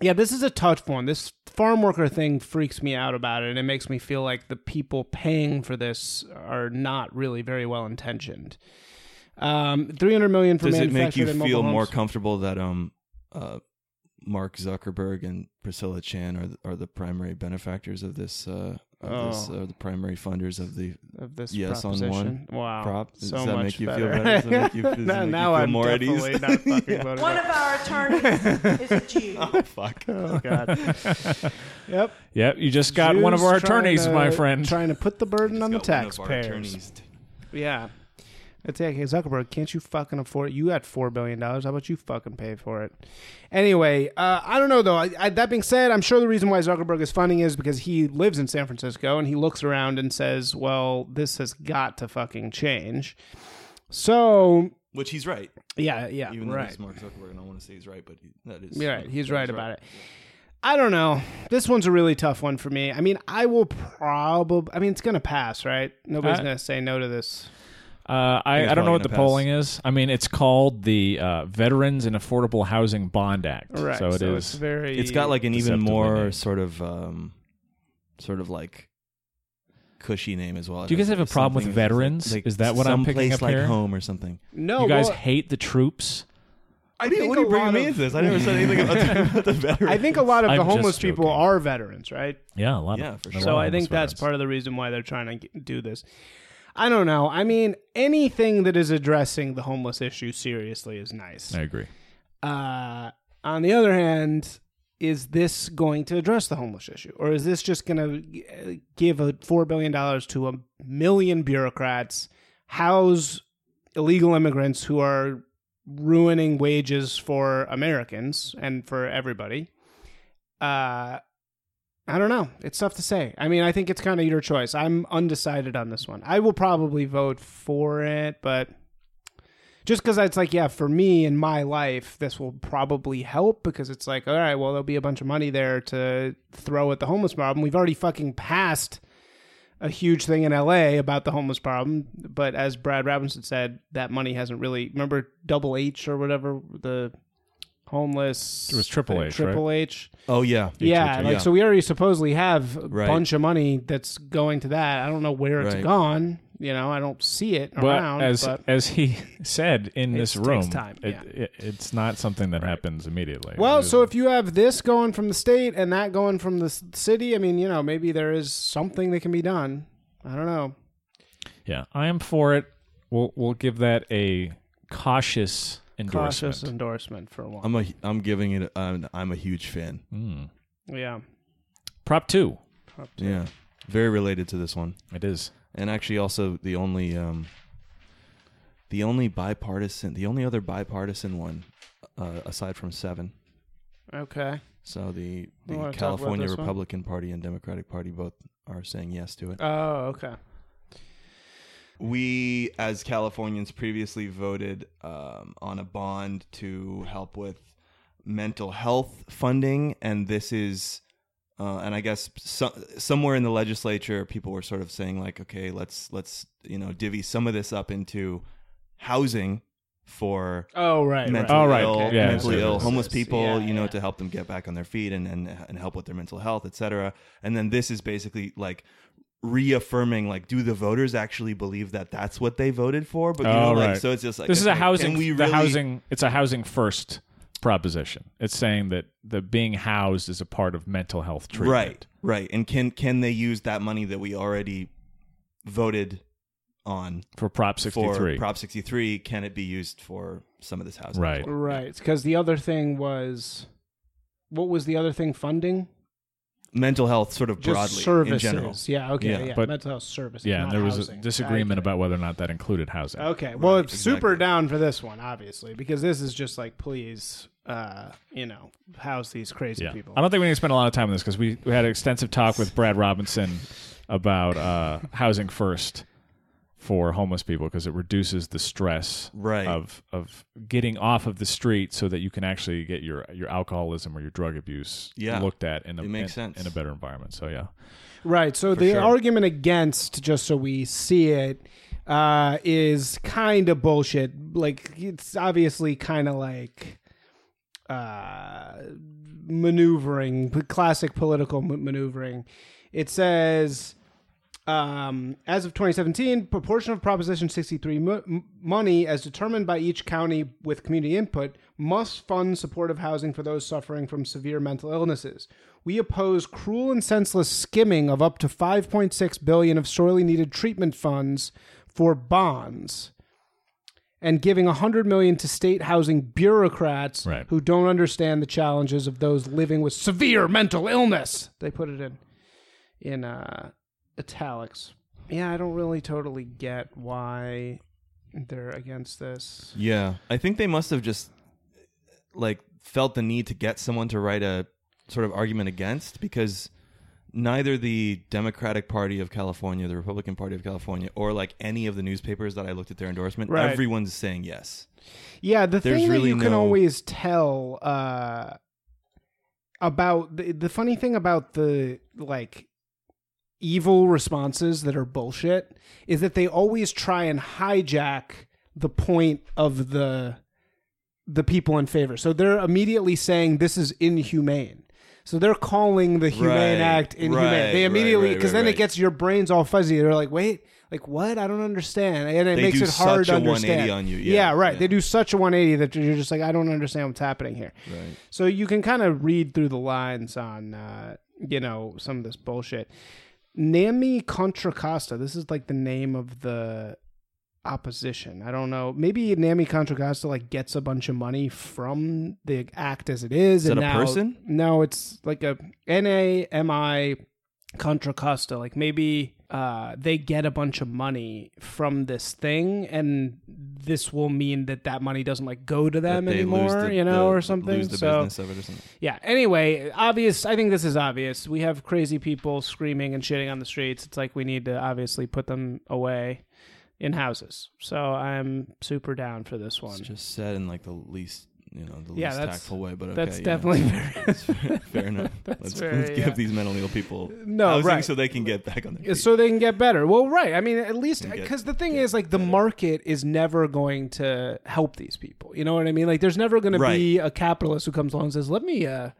A: yeah, this is a tough one. This farm worker thing freaks me out about it, and it makes me feel like the people paying for this are not really very well intentioned. Um, three hundred million for
B: Does it make
A: manufactured
B: you
A: and mobile
B: feel more
A: homes.
B: comfortable that um, uh, Mark Zuckerberg and Priscilla Chan are th- are the primary benefactors of this? Uh, of this,
A: Oh.
B: uh, the primary funders of the
A: of this
B: Yes on one
A: proposition? wow,
B: prop? Does
A: Oh, so
B: that
A: much
B: make you feel
A: better.
B: better? Does that make you- does it
A: now
B: make you
A: now
B: feel
A: I'm
B: more at ease?
A: definitely not fucking voting
E: One of our attorneys is a Jew.
B: fuck.
A: Oh God. yep.
C: Yep. You just got one of
A: Jews
C: our
A: trying
C: attorneys,
A: to-
C: my friend.
A: Trying to put the burden on the
B: Got one of our
A: taxpayers.
B: attorneys t-
A: Yeah. It's like, hey, Zuckerberg, can't you fucking afford it? You got $4 billion. How about you fucking pay for it? Anyway, uh, I don't know, though. I, I, that being said, I'm sure the reason why Zuckerberg is funding is because he lives in San Francisco and he looks around and says, well, this has got to fucking change. So,
B: Which he's right.
A: yeah, yeah,
B: Even though
A: right.
B: he's Mark Zuckerberg, and I want to say he's right, but he, that is
A: You're right. He's
B: that
A: right
B: is
A: about it. I don't know. This one's a really tough one for me. I mean, I will probably. I mean, it's gonna pass, right? Nobody's
C: Uh,
A: gonna say no to this.
C: Uh, I,
B: it's
C: I don't know
B: probably
C: what the
B: gonna
C: polling is. I mean, it's called the uh, Veterans and Affordable Housing Bond Act.
A: Right.
C: So it is.
A: It's very.
B: It's got like an even
C: Deceptively
B: more
C: named.
B: sort of, um, sort of like cushy name as well.
C: Do you guys have a problem with
B: Something-
C: veterans? Is that what I'm picking
B: someplace
C: up
B: like
C: here?
B: home or something.
A: no.
C: you guys
A: well,
C: hate the troops.
B: I
A: think
B: what are
A: a
B: you bringing
A: lot
B: me
A: of-
B: into this? I never said anything about, the veterans.
A: I think a lot of the
C: I'm just
A: homeless people
C: joking.
A: are veterans, right?
C: Yeah, a lot
B: Yeah,
C: of.
B: for
C: a
B: sure.
C: lot
B: Well,
A: So
C: of
A: I think
C: homeless
A: that's
C: veterans.
A: part of the reason why they're trying to get, do this. I don't know. I mean, anything that is addressing the homeless issue seriously is nice.
C: I agree.
A: Uh, on the other hand, is this going to address the homeless issue, or is this just going to give a four billion dollars to a million bureaucrats, house illegal immigrants who are ruining wages for Americans and for everybody? Uh, I don't know. It's tough to say. I mean, I think it's kind of your choice. I'm undecided on this one. I will probably vote for it, but just because it's like, yeah, for me in my life, this will probably help because it's like, all right, well, there'll be a bunch of money there to throw at the homeless problem. We've already fucking passed a huge thing in LA about the homeless problem, but as Brad Robinson said, that money hasn't really. Remember Double H or whatever the homeless
C: It was Triple H, right?
A: Triple H.
B: Oh yeah,
A: Yeah,
B: H.
A: like
B: Yeah.
A: so we already supposedly have a
B: Right.
A: bunch of money that's going to that. I don't know where it's
B: Right.
A: gone. You know, I don't see it
C: Well,
A: around.
C: as
A: but.
C: as he said in this
A: takes
C: room,
A: time, yeah.
C: it, it, it's not something that happens immediately.
A: Well,
C: It is-
A: so if you have this going from the state and that going from the s- city, I mean, you know, maybe there is something that can be done. I don't know.
C: yeah, I am for it. We'll we'll give that a cautious endorsement.
A: Cautious endorsement for one.
B: I'm a I'm giving it. I'm, I'm a huge fan.
A: yeah.
C: Prop two, Mm-hmm.
B: Yeah, very related to this one,
C: it is.
B: and actually also the only um, the only bipartisan, the only other bipartisan one, uh, aside from seven.
A: Okay.
B: So the
A: You
B: the
A: wanna talk about
B: California
A: this one?
B: Republican Party and Democratic Party both are saying yes to it.
A: Oh, okay.
B: we as Californians previously voted um, on a bond to help with mental health funding, and this is, uh, and I guess so, somewhere in the legislature, people were sort of saying like, okay, let's let's you know divvy some of this up into housing for
A: Oh, right.
B: mentally
C: Oh, right.
B: ill,
C: Okay. Yeah,
B: mentally
C: so
B: ill
C: this
B: homeless
A: is-
B: people,
A: yeah,
B: you know,
A: yeah.
B: to help them get back on their feet and and, and help with their mental health, etc. And then this is basically like reaffirming like do the voters actually believe that that's what they voted for but you know
C: Oh,
B: like
C: right.
B: so it's just like
C: this is a
B: okay,
C: housing.
B: can we
C: the
B: really-
C: housing. It's a housing first proposition. It's saying that the being housed is a part of mental health treatment.
B: right right and can can they use that money that we already voted on
C: for Prop sixty
B: for
C: three.
B: prop 63 can it be used for some of this housing
C: Right.
A: Right. Because the other thing was, what was the other thing funding?
B: mental health sort of
A: Just
B: broadly
A: services.
B: in general
A: Yeah. Okay. Yeah.
B: Yeah,
C: but-
A: mental health services.
C: yeah,
A: not
C: and there was a
A: housing.
C: disagreement
A: Okay.
C: about whether or not that included housing.
A: Okay. Well,
B: Right,
A: it's super
B: exactly.
A: down for this one, obviously, because this is just like, please, uh, you know, house these crazy
C: Yeah.
A: people.
C: I don't think we need to spend a lot of time on this because we, we had an extensive talk with Brad Robinson about uh, housing first for homeless people because it reduces the stress
B: Right.
C: of of getting off of the street so that you can actually get your your alcoholism or your drug abuse
B: Yeah.
C: looked at in a
B: It makes
C: in,
B: sense.
C: in a better environment. So yeah.
A: Right. So the
B: sure.
A: argument against, just so we see it, uh, is kind of bullshit. Like it's obviously kind of like uh, maneuvering, p- classic political m- maneuvering. It says. Um, as of 2017, proportion of Proposition 63 mo- m- money, as determined by each county with community input, must fund supportive housing for those suffering from severe mental illnesses. We oppose cruel and senseless skimming of up to 5.6 billion of sorely needed treatment funds for bonds and giving 100 million to state housing bureaucrats
C: Right.
A: who don't understand the challenges of those living with severe mental illness. They put it in in uh italics. Yeah, I don't really totally get why
F: they're against this.
B: Yeah, I think they must have just like felt the need to get someone to write a sort of argument against because neither the Democratic Party of California, the Republican Party of California, or like any of the newspapers that I looked at their endorsement,
F: Right.
B: everyone's saying yes.
A: Yeah, the
B: There's
A: thing that
B: really
A: you can
B: no-
A: always tell uh, about the, the funny thing about the like evil responses that are bullshit is that they always try and hijack the point of the the people in favor. So they're immediately saying this is inhumane. So they're calling the
B: Right,
A: humane act inhumane.
B: right, right,
A: they immediately
B: right,
A: because
B: right,
A: then it
B: right.
A: gets your brains all fuzzy. They're like, wait, like what? I don't understand, and it
B: They
A: makes
B: do
A: it
B: such
A: hard to
B: a 180
A: understand.
B: on you. Yeah,
A: right.
B: yeah.
A: They do such a 180 that you're just like, I don't understand what's happening here.
B: Right.
A: So you can kind of read through the lines on, uh, you know, some of this bullshit. Nami Contra Costa. This is like the name of the opposition. I don't know. Maybe Nami Contra Costa like gets a bunch of money from the act as it is.
B: Is
A: and
B: that a
A: now-
B: person?
A: No, it's like a N A M I Contra Costa. Like maybe uh, they get a bunch of money from this thing, and this will mean that that money doesn't like go to them
B: That they lose
A: anymore,
B: the-
A: you know,
B: the-
A: or something.
B: Lose the
A: so
B: business of it or something.
A: yeah. Anyway, obvious. I think this is obvious. We have crazy people screaming and shitting on the streets. It's like we need to obviously put them away in houses. So I'm super down for this one.
B: It's just said in like the least, you know, the
A: Yeah,
B: least
A: that's-
B: tactful way. But okay,
A: That's
B: yeah.
A: definitely
B: That's fair, fair enough. let's,
A: very,
B: let's give
A: yeah.
B: these millennial people
A: No,
B: housing
A: right.
B: so they can get back on their feet.
A: uh, so they can get better. Well, right. I mean, at least
B: And get-
A: because the thing is, like, the market is never going to help these people. You know what I mean? Like, there's never going to be a capitalist who comes along and says, "Let me, uh,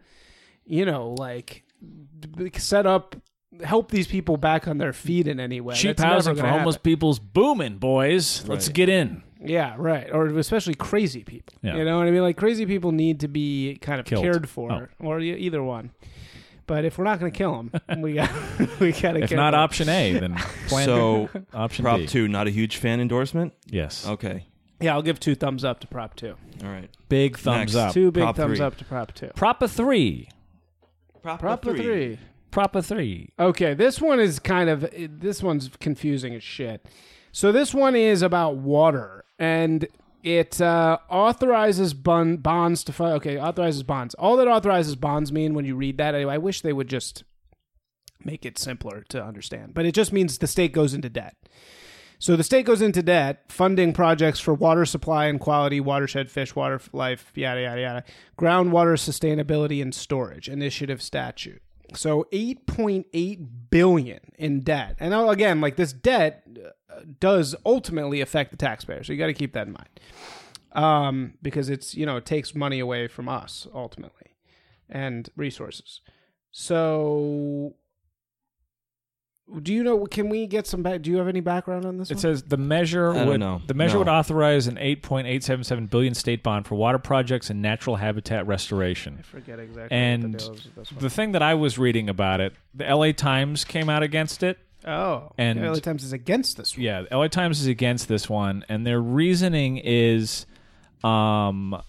A: you know, like, d- set up." Help these people back on their feet in any way.
C: Cheap
A: That's never
C: housing for
A: gonna happen.
C: homeless people's booming, boys. Let's
B: Right.
C: get in.
A: Yeah, right. Or especially crazy people.
C: Yeah.
A: You know what I mean? Like crazy people need to be kind of
C: Killed.
A: cared for,
C: Oh.
A: or e- either one. But if we're not going to kill them, we got we got to.
C: If not option A, then plan
B: So,
C: option
B: Prop
C: B.
B: two, not a huge fan endorsement.
C: Yes.
B: Okay,
A: yeah, I'll give two thumbs up to prop two.
B: all right.
C: Big
B: Next.
C: thumbs up.
A: two big
B: prop
A: thumbs
B: three.
A: up to prop two.
C: Prop a three.
B: Prop,
A: Prop three.
C: Prop a three.
A: Okay, this one is kind of eh, this one's confusing as shit. So this one is about water, and it uh, authorizes bun- bonds to fi- okay authorizes bonds. All that authorizes bonds mean when you read that, I I wish they would just make it simpler to understand. But it just means the state goes into debt. So the state goes into debt, funding projects for water supply and quality, watershed, fish, water life, yada yada yada, groundwater sustainability and storage initiative statute. So 8.8 billion in debt, and now again, like this debt uh, does ultimately affect the taxpayer. So you got to keep that in mind, um, because it's you know it takes money away from us ultimately, and resources. So. Do you know? Can we get some? Back, do you have any background on this?
C: It
A: one?
C: says the measure
B: I don't
C: would
B: know.
C: the measure
B: No.
C: would authorize an 8.877 billion state bond for water projects and natural habitat restoration.
A: forget exactly
C: And the thing that I was reading about it, the LA Times came out against it.
A: oh,
C: and-
A: the LA Times is against this. One.
C: Yeah, the LA Times is against this one and their reasoning is um uh,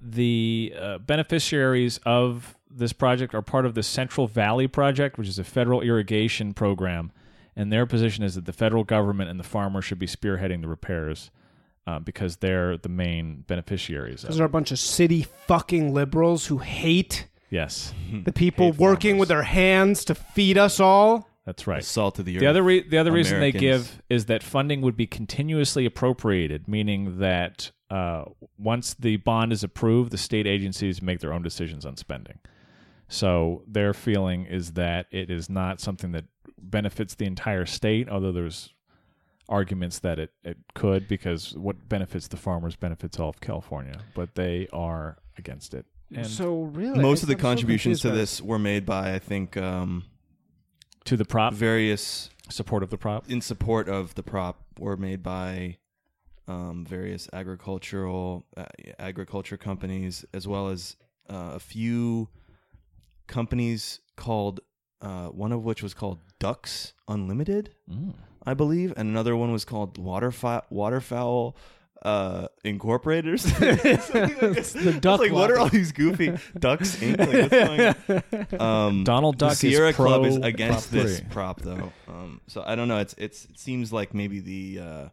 C: the uh, beneficiaries of this project are part of the Central Valley Project, which is a federal irrigation program, and their position is that the federal government and the farmer should be spearheading the repairs uh, because they're the main beneficiaries. Of
A: Those
C: it.
A: are a bunch of city fucking liberals who hate
C: Yes,
A: the people working with their hands to feed us all.
C: that's right.
B: Salt of the earth.
C: The other re- the other reason they
B: Americans.
C: give is that funding would be continuously appropriated, meaning that uh, once the bond is approved, the state agencies make their own decisions on spending. So their feeling is that it is not something that benefits the entire state, although there's arguments that it, it could because what benefits the farmers benefits all of California, but they are against it. And
A: so really,
B: Most of the
A: I'm so
B: contributions
A: confused
B: to
A: by
B: this were made by, I think, um,
C: to the prop,
B: various
C: support of the prop.
B: in support of the prop were made by um, various agricultural uh, agriculture companies, as well as uh, a few companies called uh, one of which was called Ducks Unlimited, I believe, and another one was called Waterfowl Waterfowl uh, Incorporated. Or something. Something like this. I was
A: duck
B: like, what
A: lobby.
B: are all these goofy Ducks Inc? Like, what's going on? Um,
C: Donald Duck
B: the Sierra
C: is
B: Club is
C: pro
B: against
C: Prop
B: this
C: three.
B: prop though. Um, so I don't know. It's it's it seems like maybe the uh,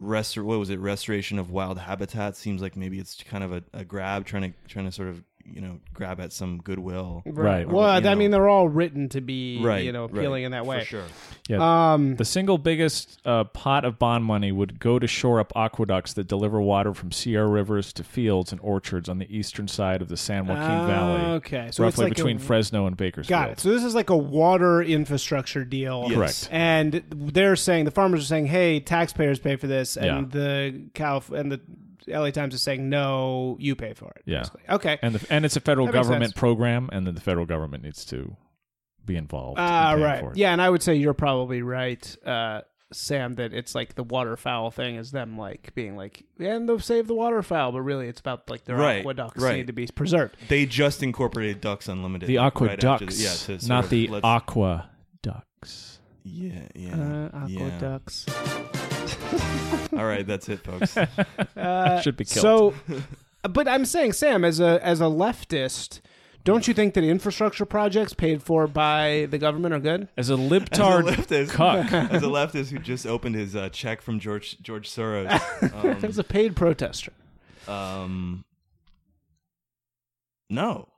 B: restor what was it restoration of wild habitat seems like maybe it's kind of a, a grab trying to trying to sort of you know grab at some goodwill
C: Right.
B: Or,
A: Well,
B: you
A: I mean,
B: know.
A: they're all written to be,
B: right
A: you know, appealing
B: right,
A: in that way.
B: for sure
A: Um,
C: The single biggest uh, pot of bond money would go to shore up aqueducts that deliver water from Sierra rivers to fields and orchards on the eastern side of the San Joaquin
A: Ah,
C: Valley,
A: okay. So it's
C: roughly
A: like a-
C: between Fresno and Bakersfield.
A: got it. So this is like a water infrastructure deal.
B: Yes.
C: Correct.
A: And they're saying the farmers are saying, "Hey, taxpayers pay for this," and
C: Yeah.
A: the Calif- and the LA Times is saying, "No, you pay for it."
C: Yeah.
A: basically. Okay.
C: And the, and it's a federal
A: That makes
C: government
A: sense.
C: program, and then the federal government needs to be involved. in
A: Ah,
C: paying
A: right.
C: for it.
A: Yeah, and I would say you're probably right, uh, Sam, that it's like the waterfowl thing is them like being like, and they'll save the waterfowl, but really it's about like their
B: Right,
A: aqueducts
B: right.
A: need to be preserved.
B: they just incorporated ducks unlimited
C: The
B: right after the-
C: aqueducts,
B: yeah, to sort
C: not
B: of
C: the
B: let's-
C: aqua ducks.
B: yeah yeah
A: Uh,
B: yeah.
A: aqueducts.
B: all right that's it folks
C: Should be killed.
A: Uh, So, but I'm saying, Sam, as a as a leftist, don't you think that infrastructure projects paid for by the government are good?
C: as a
B: as a
C: libtard
B: leftist,
C: cuck.
B: as a leftist who just opened his uh, check from George George Soros.
A: As a paid protester,
B: Um, um, no,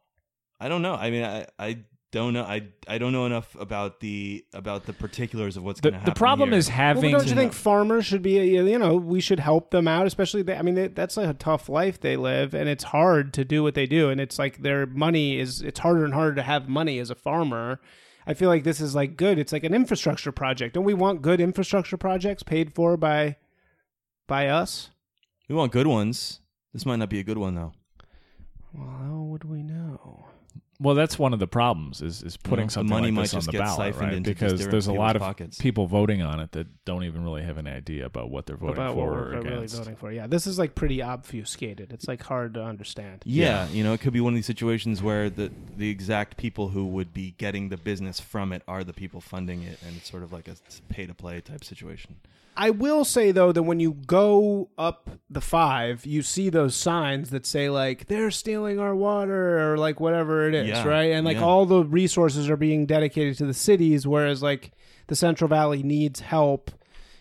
B: I don't know. I mean, I, I don't know. I I don't know enough about the about the particulars of what's
C: the,
B: going to
C: the
B: happen.
C: problem
B: here.
C: is
A: well,
C: having.
A: don't you think farmers should be? You know, we should help them out, especially. They, I mean, they, that's like a tough life they live, and it's hard to do what they do, and it's like their money is. It's harder and harder to have money as a farmer. I feel like this is like good. It's like an infrastructure project. Don't we want good infrastructure projects paid for by by us?
B: we want good ones. This might not be a good one though.
A: Well, how would we know?
C: Well, that's one of the problems is is putting
B: Well, the
C: something
B: money
C: like
B: might
C: this on
B: just
C: the
B: get
C: ballot,
B: siphoned
C: right?
B: into just
C: because
B: different
C: there's a lot of
B: people's pockets.
C: people voting on it that don't even really have any idea about what they're voting
A: about
C: for
A: what
C: or
A: we're really
C: against.
A: voting for. Yeah, this is like pretty obfuscated. It's like hard to understand.
B: Yeah, you know, it could be one of these situations where the the exact people who would be getting the business from it are the people funding it, and it's sort of like a pay to play type situation.
A: I will say though that when you go up the five, you see those signs that say like they're stealing our water or like whatever it is,
B: Yeah,
A: right? And like
B: yeah.
A: all the resources are being dedicated to the cities, whereas like the Central Valley needs help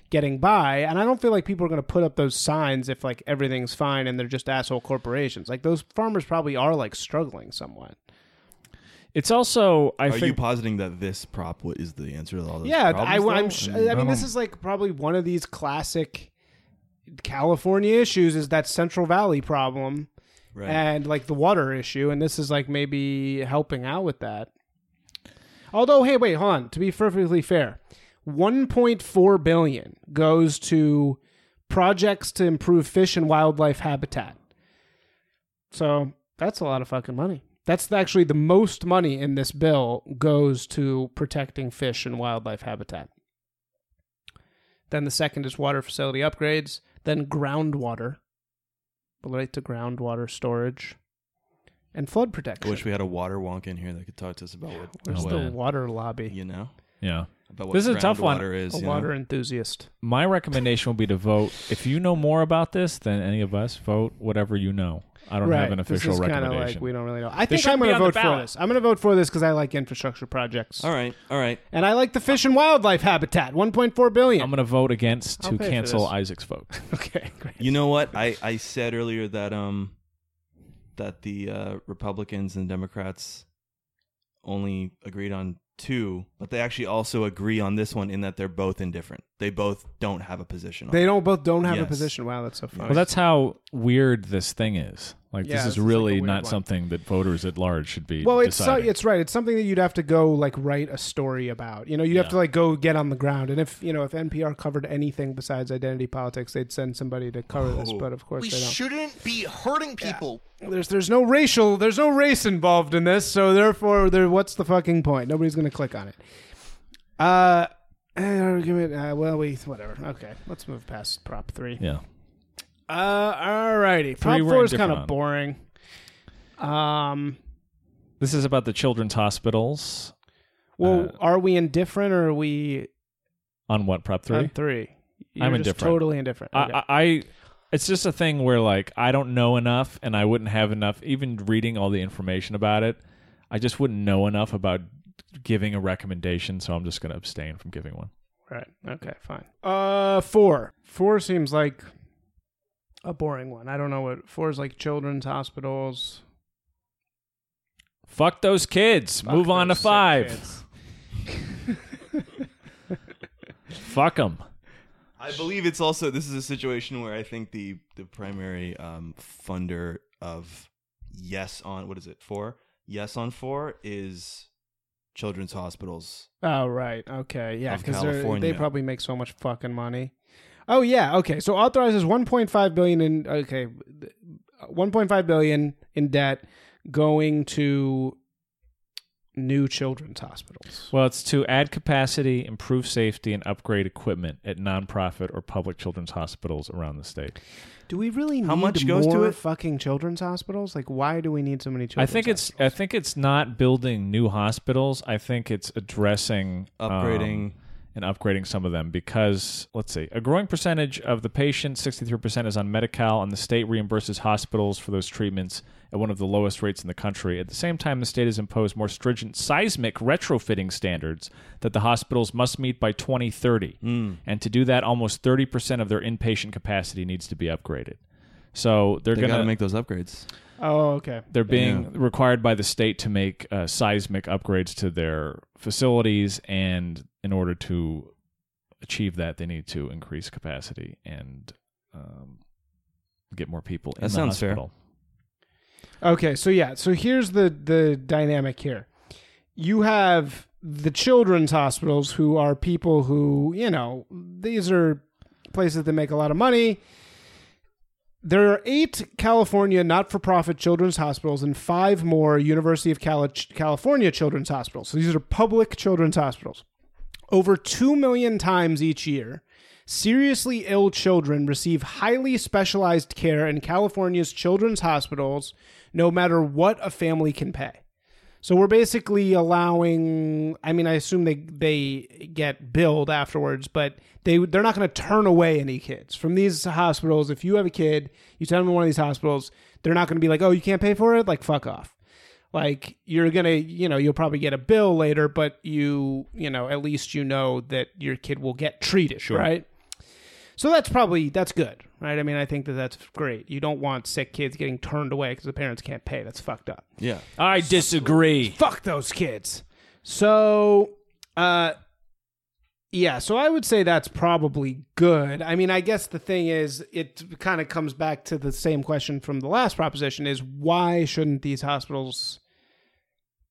A: getting by. And I don't feel like people are going to put up those signs if like everything's fine and they're just asshole corporations. Like those farmers probably are like struggling somewhat.
C: It's also I
B: Are you
C: think
B: positing that this prop wa- is the answer to all those?
A: yeah
B: problems,
A: I,
B: though?
A: am sh- I mean this is like probably one of these classic california issues is that central valley problem
B: Right.
A: and like the water issue and this is like maybe helping out with that although hey wait hold on to be perfectly fair 1.4 billion goes to projects to improve fish and wildlife habitat so that's a lot of fucking money. That's actually the most money in this bill goes to protecting fish and wildlife habitat. Then the second is water facility upgrades, then groundwater, relate to groundwater storage, and flood
B: I
A: protection.
B: wish we had a water wonk in here that could talk to us about what,
A: Where's
C: Oh,
B: what,
A: the
C: man.
A: water lobby?
B: you know
C: yeah.
B: about what
C: This is a tough one.
B: groundwater Is
A: A
B: you know?
A: water enthusiast.
C: My recommendation would be to vote. If you know more about this than any of us, vote whatever you know. I don't have an official
A: this is kinda
C: recommendation.
A: Like we don't really know. I think
C: shouldn't be
A: I'm going to
C: on the
A: vote for
C: ballot.
A: this. I'm going to vote for this because I like infrastructure projects,
B: All right, all right.
A: and I like the fish and wildlife habitat. 1.4 billion.
C: I'm going to vote against
A: I'll
C: to
A: pay for
C: cancel
A: this.
C: Isaac's vote.
A: okay, great.
B: You know what? I I said earlier that um that the uh, Republicans and Democrats only agreed on two, but they actually also agree on this one in that they're both indifferent. They both don't have a position. on
A: They don't both don't have a
B: Yes.
A: position. Wow, that's so funny.
C: well, that's how weird this thing is. Like
A: Yeah,
C: this
A: this
C: is
A: is like a
C: really
A: weird
C: not
A: one.
C: something that voters at large should be.
A: Well, it's so,
C: deciding.
A: it's right. It's something that you'd have to go like write a story about. You know, you'd have
C: Yeah.
A: to like go get on the ground. And if you know if NPR covered anything besides identity politics, they'd send somebody to cover this. But of course
G: We
A: they don't.
G: shouldn't be hurting people.
A: there's there's no racial there's no race involved in this. So therefore, there what's the fucking point? Nobody's gonna click on it. Uh, eh, argument. Uh, well, we whatever. Okay, let's move past prop three.
C: yeah.
A: Uh, alrighty. Prop
C: Three we're
A: four is
C: indifferent
A: kind of
C: on.
A: boring. Um.
C: This is about the children's hospitals.
A: Well,
C: Uh,
A: are we indifferent or are we
C: On what prop three?
A: on three? You're
C: I'm
A: just
C: indifferent.
A: Totally indifferent.
C: I,
A: Okay.
C: I, I- it's just a thing where like I don't know enough, and I wouldn't have enough. Even reading all the information about it, I just wouldn't know enough about giving a recommendation. So I'm just going to abstain from giving one.
A: Right. Okay, fine. Uh four. Four seems like a boring one. I don't know what four is like children's hospitals.
C: Fuck those kids. Move on to
A: those sick
C: five.
A: kids.
C: Fuck them.
B: I believe it's also this is a situation where I think the the primary um, funder of yes on what is it four yes on four is children's hospitals.
A: Oh right. Okay. Yeah,
B: Of
A: because they
B: California.
A: probably make so much fucking money. Oh yeah. Okay. So authorizes 1.5 billion in okay, 1.5 billion in debt going to new children's hospitals.
C: Well, it's to add capacity, improve safety, and upgrade equipment at nonprofit or public children's hospitals around the state.
A: Do we really need
B: How much goes to
A: more
B: it?
A: fucking children's hospitals? Like, why do we need so many
C: I
A: children's?
C: think it's I
A: hospitals?
C: think it's not building new hospitals. I think it's addressing um,
B: Upgrading.
C: and upgrading some of them because let's see, a growing percentage of the patients, sixty three percent, is on Medi-Cal, and the state reimburses hospitals for those treatments at one of the lowest rates in the country. At the same time, the state has imposed more stringent seismic retrofitting standards that the hospitals must meet by twenty thirty,
B: Hmm.
C: and to do that, almost thirty percent of their inpatient capacity needs to be upgraded. So they're
B: They
C: going
B: gotta
C: to
B: make those upgrades.
A: Oh, okay.
C: they're being required by the state to make uh, seismic upgrades to their facilities, and in order to achieve that, they need to increase capacity and um, get more people in
B: That
C: the
B: sounds fair.
C: hospital.
A: Okay, so yeah, so here's the the dynamic here. You have the children's hospitals who are people who, you know, these are places that make a lot of money. There are eight California not for profit children's hospitals and five more University of Cali- California children's hospitals. So these are public children's hospitals. Over 2 million times each year, seriously ill children receive highly specialized care in California's children's hospitals, no matter what a family can pay. So we're basically allowing. I mean, I assume they they get billed afterwards, but they they're not going to turn away any kids from these hospitals. If you have a kid, you send them to one of these hospitals. They're not going to be like, oh, you can't pay for it. Like, fuck off. Like you're gonna, you know, you'll probably get a bill later, but you, you know, at least you know that your kid will get treated, right? So that's probably that's good, right? I mean, I think that that's great. You don't want sick kids getting turned away because the parents can't pay. That's fucked up
B: Yeah,
C: I disagree.
A: fuck those kids. So, uh, yeah, so I would say that's probably good. I mean, I guess the thing is, it kind of comes back to the same question from the last proposition is why shouldn't these hospitals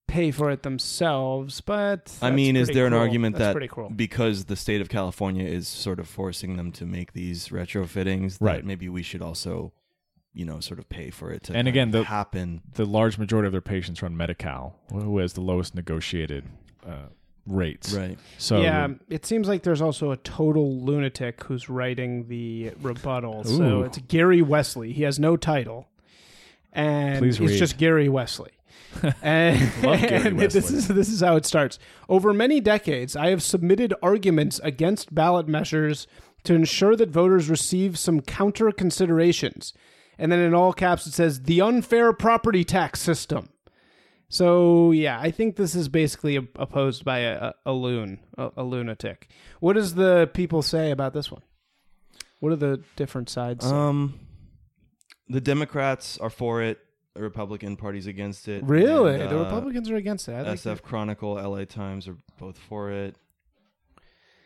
A: pay for it themselves? But
B: I
A: that's
B: mean, is
A: pretty
B: there an
A: cruel.
B: argument
A: that's
B: that
A: pretty cruel?
B: because the state of California is sort of forcing them to make these retrofittings, that
C: Right.
B: Maybe we should also, you know, sort of pay for it to
C: And
B: kind
C: again,
B: of
C: the-
B: happen.
C: The large majority of their patients are on Medi-Cal, who has the lowest negotiated uh, rates.
B: Right.
C: So
A: yeah, it seems like there's also a total lunatic who's writing the rebuttal. So
C: Ooh.
A: it's Gary Wesley. He has no title, and
C: Please
A: it's
C: read.
A: just Gary Wesley. and
C: Love Gary
A: and this
C: Wesley.
A: is this is how it starts. Over many decades, I have submitted arguments against ballot measures to ensure that voters receive some counter considerations. And then in all caps, it says the unfair property tax system. So yeah, I think this is basically op- opposed by a, a, a loon, a, a lunatic. What does the people say about this one? What are the different sides? say?
B: Um, the Democrats are for it. The Republican Party's against it.
A: really,
B: and,
A: the
B: uh,
A: Republicans are against it. I think
B: SF Chronicle, LA Times are both for it.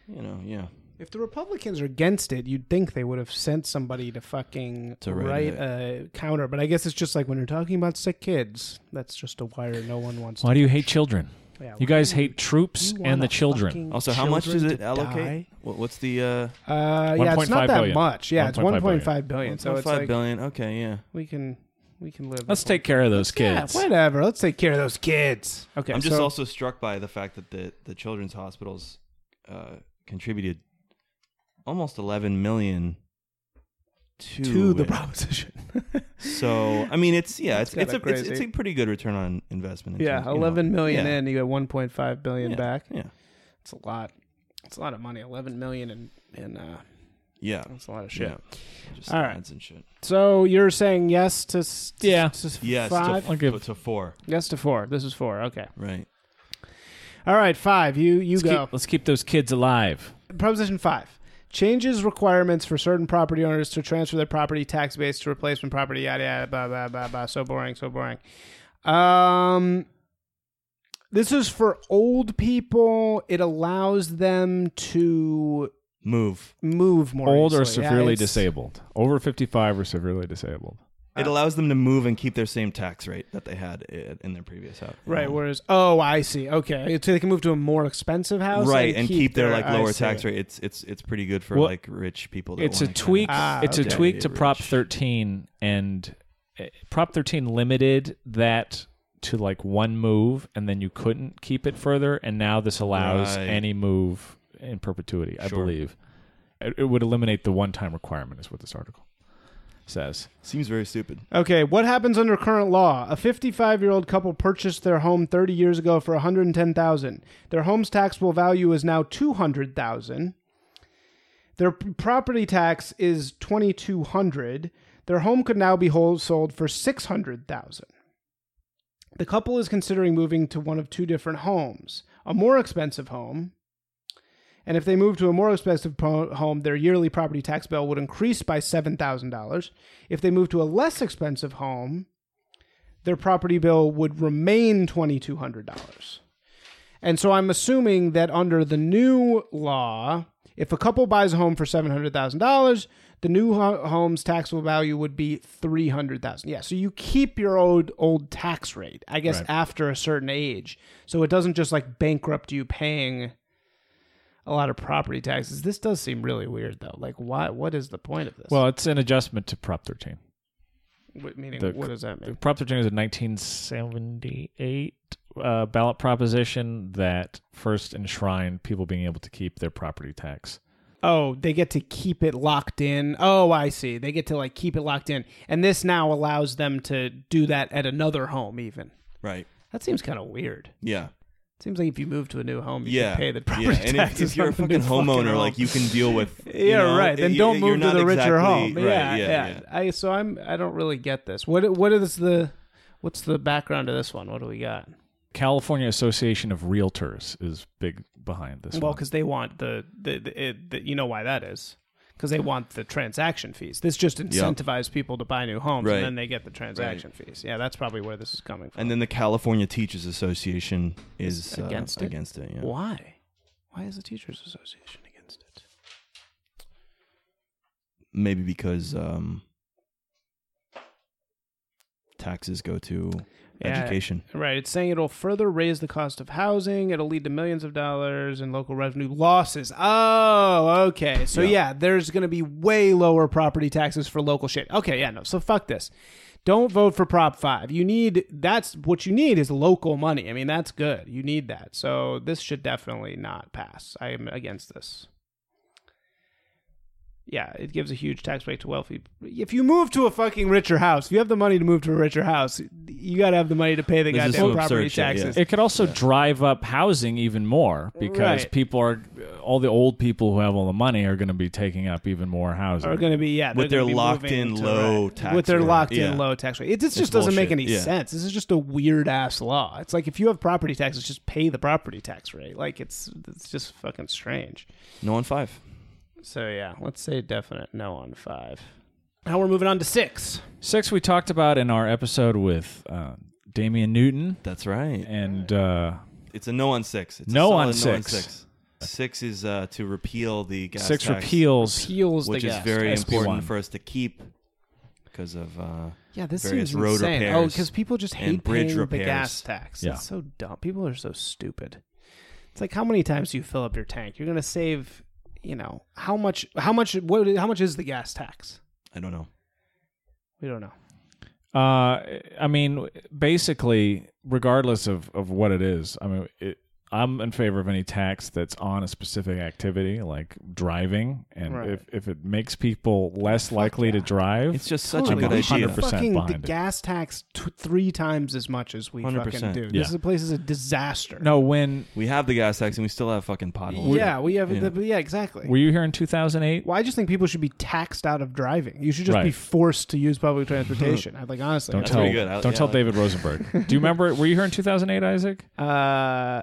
B: You know, yeah.
A: If the Republicans are against it, you'd think they would have sent somebody to fucking
B: To
A: write
B: write
A: a counter. But I guess it's just like when you're talking about sick kids, that's just a wire no one wants.
C: why
A: to
C: do you hate children?
A: Yeah,
C: You guys hate troops
A: you
C: and
A: want
C: the
A: a
C: children.
A: fucking
B: Also, how much does
A: children
B: it
A: to
B: allocate?
A: die?
B: What, what's the uh,
A: Uh, yeah, it's
C: 1.5
A: not that
C: billion.
A: much. Yeah, it's
C: 1.5
A: 1.5
C: billion.
A: billion. So it's
B: 1.5
A: like
B: billion? Okay, yeah.
A: we can we can live.
C: Let's
A: with
C: take care of those
A: Yeah,
C: kids.
A: whatever. Let's take care of those kids. Okay.
B: I'm just
A: so,
B: also struck by the fact that the the children's hospitals uh, contributed almost 11 million to,
A: to the
B: it.
A: proposition.
B: So I mean, it's yeah, it's it's
A: kinda
B: a it's, it's
A: crazy.
B: a pretty good return on investment. in
A: yeah,
B: terms- you know.
A: eleven million
B: Yeah.
A: in, you get one point five billion
B: yeah,
A: back.
B: Yeah,
A: It's a lot. It's a lot of money. Eleven million and and uh,
B: yeah,
A: that's a lot of shit.
B: yeah. Just
A: All right.
B: ads and shit.
A: So you're saying yes to s- to-
C: Yeah.
A: to s-
B: Yes,
A: five.
B: to, to, to four.
A: yes to four. This is four. Okay.
B: Right.
A: All right, five. You you
C: Let's
A: go.
C: keep, let's keep those kids alive.
A: Proposition five changes requirements for certain property owners to transfer their property tax base to replacement property. Yada yada. Blah blah blah blah. So boring. So boring. Um, this is for old people. It allows them to
B: Move.
A: move more.
C: Old
A: easily.
C: or
A: Yeah,
C: severely
A: it's-
C: disabled. Over 55 or severely disabled.
A: Uh,
B: It allows them to move and keep their same tax rate that they had i- in their previous house.
A: Right. Whereas, oh, I see. Okay, so they can move to a more expensive house,
B: right, and keep, their, like
A: I
B: lower
A: see.
B: tax rate. It's it's it's pretty good for
C: Well,
B: like rich people. That
C: It's a
B: wanna kinda-
C: tweak.
A: Ah,
C: it's
A: okay.
C: a tweak to
B: Get
C: Prop
B: rich.
C: 13, and uh, Prop 13 limited that to like one move, and then you couldn't keep it further. And now this allows
B: Right.
C: any move in perpetuity, I
B: Sure.
C: believe. It, it would eliminate the one-time requirement, is what this article says.
B: Seems very stupid.
A: Okay, what happens under current law? A 55-year-old couple purchased their home 30 years ago for 110,000. Their home's taxable value is now 200,000. Their p- property tax is 2200. Their home could now be hold- sold for 600,000. The couple is considering moving to one of two different homes, a more expensive home, and if they move to a more expensive po- home, their yearly property tax bill would increase by $7,000. If they move to a less expensive home, their property bill would remain $2,200. And so I'm assuming that under the new law, if a couple buys a home for $700,000, the new ho- home's taxable value would be 300,000. Yeah, so you keep your old old tax rate, I guess
C: Right.
A: after a certain age. So it doesn't just like bankrupt you paying a lot of property taxes. This does seem really weird though. Like why what is the point of this?
C: Well, it's an adjustment to Prop 13.
A: What, meaning,
C: the-
A: what does that mean?
C: Prop 13 was a 1978 uh, ballot proposition that first enshrined people being able to keep their property tax.
A: Oh, they get to keep it locked in. Oh, I see. They get to like keep it locked in, and this now allows them to do that at another home. Even
B: Right.
A: that seems kind of weird.
B: Yeah.
A: Seems like if you move to a new home, you
B: yeah.
A: can pay the property
B: yeah.
A: taxes.
B: And if, if you're a
A: on the
B: fucking
A: new fucking
B: homeowner,
A: home.
B: like you can deal with. you
A: yeah,
B: know,
A: right. Then
B: you-
A: don't
B: you're
A: move to
B: not
A: the richer
B: exactly-
A: home.
B: right,
A: yeah,
B: yeah,
A: yeah. I so I'm I don't really get this. What what is the what's the background of this one? What do we got?
C: California Association of Realtors is big behind this
A: Well,
C: one.
A: because they want the the, the, it, the you know why that is because they want the transaction fees. This just incentivizes people to buy new homes,
B: Right.
A: and then they get the transaction fees. Yeah, that's probably where this is coming from.
B: And then the California Teachers Association is uh,
A: Against it?
B: Against it. Yeah.
A: why? Why is the teachers association against it?
B: Maybe because um, taxes go to
A: Yeah.
B: education.
A: Right, it's saying it'll further raise the cost of housing. It'll lead to millions of dollars in local revenue losses. Oh, okay. So yeah,
B: Yeah.
A: there's going to be way lower property taxes for local shit. Okay, yeah, no. So fuck this. Don't vote for Prop 5. You need that's what you need is local money. I mean, that's good. You need that. So this should definitely not pass. I am against this. Yeah, it gives a huge tax break to wealthy. If you move to a fucking richer house, if you have the money to move to a richer house, you got to have the money to pay the
B: This is
A: goddamn
B: some
A: property
B: absurd shit, yeah.
A: taxes.
C: it could also drive up housing even more because
A: Right.
C: people are all the old people who have all the money are going to be taking up even more housing.
A: Are going to be yeah
B: With
A: they're
B: their
A: gonna be
B: locked
A: moving
B: in
A: to-
B: low
A: right.
B: tax
A: with their
B: rate.
A: locked
B: Yeah.
A: in low tax rate. It just, just doesn't make
B: bullshit,
A: any
B: yeah.
A: sense. This is just a weird ass law. It's like if you have property taxes, just pay the property tax rate. Like it's it's just fucking strange.
B: No on five.
A: So yeah, let's say definite no on five. Now we're moving on to six.
C: Six we talked about in our episode with uh, Damian Newton
B: That's right.
C: and uh,
B: It's a no on six. It's a
C: No
B: solid
C: on six.
B: six. Six is uh, to repeal the gas
C: six
B: tax,
C: repeals.
A: Peels
B: which
A: the
B: is
A: gas.
B: very
C: SP1.
B: important for us to keep because of uh,
A: yeah. This
B: various
A: seems
B: road
A: insane.
B: repairs
A: oh, because people just
B: and
A: hate
B: bridge
A: paying the
B: repairs.
A: gas tax.
C: Yeah.
A: It's so dumb. People are so stupid. It's like how many times do you fill up your tank? You're gonna save. You know how much? How much? What? How much is the gas tax?
B: I don't know.
A: We don't know.
C: Uh, I mean, basically, regardless of, of what it is, I mean, it, I'm in favor of any tax that's on a specific activity, like driving, and
A: Right.
C: if, if it makes people less likely to drive,
B: It's just such
C: Totally.
B: a good idea.
C: 100%
A: Fucking the
C: behind it.
A: gas tax t- three times as much as we fucking
B: 100%.
A: do.
C: Yeah.
A: This is a place is a disaster.
C: no. When
B: We have the gas tax and we still have fucking potholes.
A: Yeah, we have.
B: Yeah.
A: The, yeah, exactly.
C: were you here in 2008?
A: Well, I just think people should be taxed out of driving. You should just
C: Right.
A: be forced to use public transportation. I like honestly.
C: Don't
A: that's
C: tell,
B: pretty good. I- yeah,
C: don't tell
B: I like
C: David Rosenberg. Do you remember? Were you here in 2008, Isaac?
A: Uh,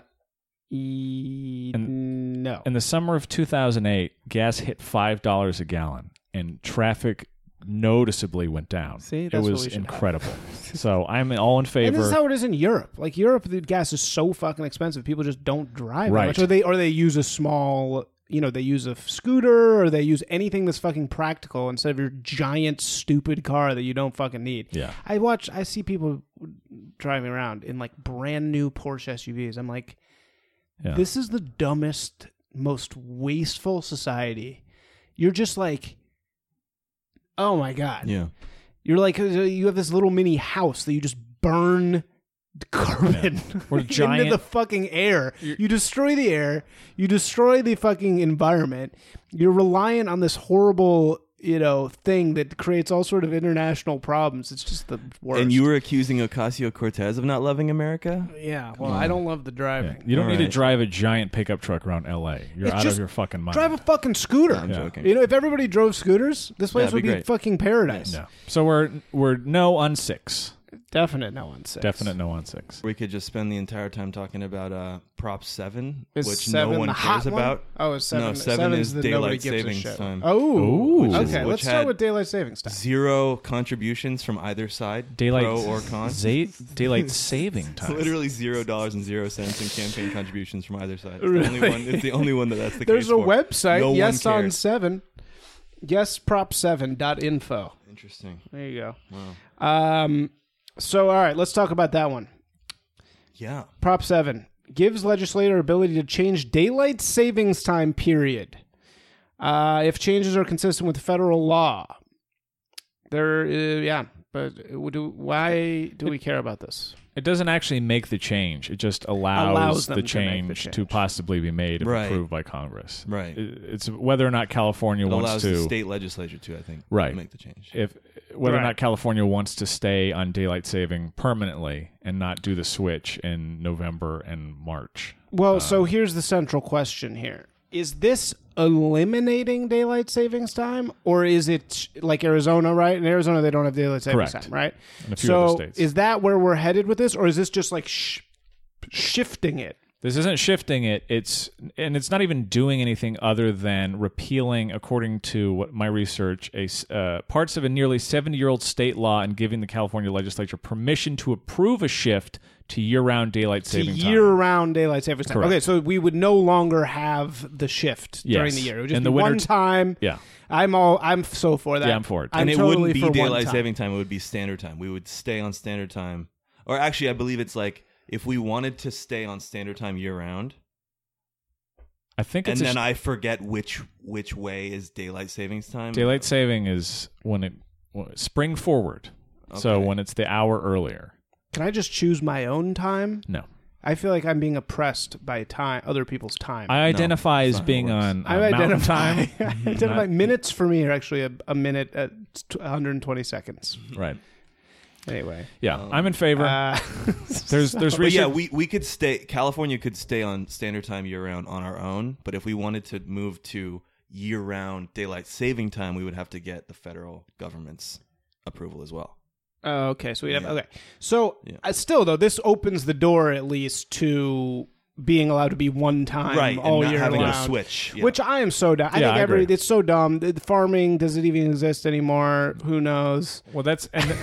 A: e- No.
C: In the summer of 2008, gas hit $5 a gallon and traffic noticeably went down.
A: See,
C: it
A: that's what
C: was
A: we should have.
C: incredible. so I'm all in
A: And this
C: favor.
A: is how it is in Europe. Like Europe, the gas is so fucking expensive. People just don't drive that
C: Right.
A: much, or they or they use a small, you know, they use a f- scooter, or they use anything that's fucking practical instead of your giant stupid car that you don't fucking need.
C: Yeah.
A: I watch. I see people driving around in like brand new Porsche SUVs. I'm like,
C: Yeah.
A: this is the dumbest, most wasteful society. You're just like, oh my god.
B: Yeah.
A: You're like uh, you have this little mini house that you just burn carbon
C: Or giant-
A: into the fucking air. You destroy the air. You destroy the fucking environment. You're reliant on this horrible, you know, thing that creates all sort of international problems. It's just the worst.
B: And you were accusing Ocasio Cortez of not loving America?
A: yeah. Well, I don't love the driving.
C: you don't need to
B: Alright.
C: drive a giant pickup truck around LA. You're
A: It's
C: out of
A: just-
C: your fucking mind.
A: Drive a fucking scooter.
B: I'm joking.
A: You know, if everybody drove scooters, this place
B: That'd
A: would
B: be
A: be,
B: great.
A: fucking paradise.
C: no. So we're we're no on 6.
A: Definite no one says.
C: Definite no on 6.
B: We could just spend the entire time talking about uh, Prop Seven,
A: Is
B: which
A: seven
B: no one
A: the hot
B: cares
A: one?
B: about.
A: Oh, is seven,
B: No,
A: seven, is, the nobody
B: daylight
A: gives
B: savings
A: a shit.
B: time.
A: Oh,
C: Ooh.
B: Which is-
A: okay.
B: which
A: Let's
B: had-
A: start with daylight savings time.
B: Zero contributions from either side,
C: Daylight
B: pro or con.
C: za- daylight saving time.
B: Literally zero dollars and zero cents in campaign contributions from either side. It's, the, only one, it's the only one that that's the
A: There's
B: case.
A: a
B: for.
A: website.
B: No one
A: yes on
B: cares.
A: seven. Yes, prop seven dot info.
B: Interesting.
A: There you go. Um. So all right, let's talk about that one.
B: Yeah.
A: Prop seven gives legislator ability to change daylight savings time period uh, if changes are consistent with federal law. There, uh, yeah. But do, why do we care about this?
C: It doesn't actually make the change. It just allows,
A: Allows
C: the,
A: them to make
C: change
A: the
C: to
A: change.
C: possibly be made if
B: Right.
C: approved by Congress.
B: Right.
C: It- It's whether or not California
B: It
C: wants
B: allows
C: to
B: the state legislature to, I think,
C: Right.
B: make the change.
C: if whether or
A: Right.
C: not California wants to stay on daylight saving permanently and not do the switch in November and March.
A: Well, so
C: Um,
A: here's the central question here. Is this eliminating daylight savings time or is it like Arizona, right? In Arizona they don't have daylight savings
C: Correct.
A: time, right?
C: And a few
A: so
C: other states.
A: is that where we're headed with this or is this just like sh- shifting it?
C: This isn't shifting it. It's and it's not even doing anything other than repealing, according to what my research, a s- uh, parts of a nearly seventy-year-old state law and giving the California legislature permission to approve a shift to year-round daylight
A: To
C: saving time.
A: year-round daylight savings time.
C: Correct.
A: Okay, so we would no longer have the shift during
C: Yes.
A: the year. It would just
C: In
A: be
C: the winter
A: one
C: t-
A: time.
C: Yeah.
A: I'm all I'm so for that.
C: Yeah, I'm for it.
B: and it
A: totally
B: wouldn't be
A: for one
B: daylight
A: time.
B: saving time it would be standard time we would stay on standard time or actually i believe it's like if we wanted to stay on standard time year round
C: I think
B: and
C: it's a
B: then
C: sh-
B: i forget which which way is daylight savings time
C: daylight saving is when it well, spring forward. So
B: Okay.
C: when it's the hour earlier.
A: Can I just choose my own time?
C: No,
A: I feel like I'm being oppressed by time other people's time.
C: I identify
B: that's not
C: as
B: how it
C: being
B: works.
C: on uh,
A: I
C: mountain
A: identify.
C: time. Mm-hmm.
A: I identify minutes for me are actually a, a minute at t- 120 seconds.
C: right.
A: Anyway,
C: Yeah,
B: Um,
C: I'm in favor.
A: uh,
C: there's there's
B: but
C: research.
B: yeah we, we could stay california could stay on standard time year round on our own but if we wanted to move to year round daylight saving time we would have to get the federal government's approval as well
A: oh, okay, so we have
B: Yeah.
A: okay. So
B: Yeah.
A: uh, still though, this opens the door at least to being allowed to be one time
B: right
A: all
B: and not
A: year
B: having
A: round.
B: to switch yeah.
A: Which I am so dumb. I
C: Yeah,
A: think
C: I
A: every
C: agree.
A: it's so dumb. The the farming does it even exist anymore? Who knows?
C: well, that's and,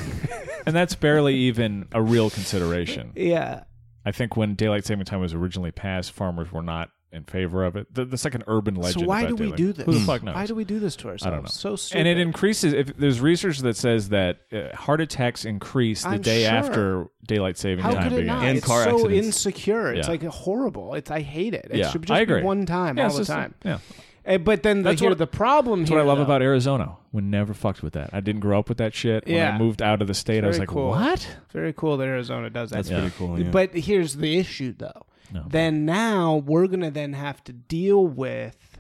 C: and that's barely even a real consideration.
A: Yeah,
C: I think when daylight saving time was originally passed, farmers were not in favor of it. The, the second urban legend.
A: why
C: about
A: do we
C: daylight-
A: do this?
C: Who the fuck knows?
A: why do we do this to ourselves?
C: I don't know.
A: So stupid.
C: and it increases. If there's research that says that uh, heart attacks increase the
A: I'm
C: day
A: sure.
C: after daylight saving
A: How
C: time
A: could it
C: began.
A: not?
B: And
A: it's
B: car
A: so
B: accidents.
A: insecure. It's
C: Yeah.
A: like horrible. It's I hate it. It
C: Yeah,
A: should just
C: I agree.
A: be one time
C: Yeah,
A: all
C: it's
A: the
C: just-
A: time.
C: Yeah,
A: Eh, But then
C: That's
A: the, here,
C: what-
A: the problem
C: that's
A: here.
C: what I love
A: though-
C: about Arizona. We never fucked with that. I didn't grow up with that shit. When I
A: Yeah.
C: moved out of the state, I was
A: Very
C: like,
A: cool.
C: what?
A: Very cool that Arizona does that.
B: that's pretty cool yeah.
A: But here's the issue, though.
C: No.
A: Then now we're gonna then have to deal with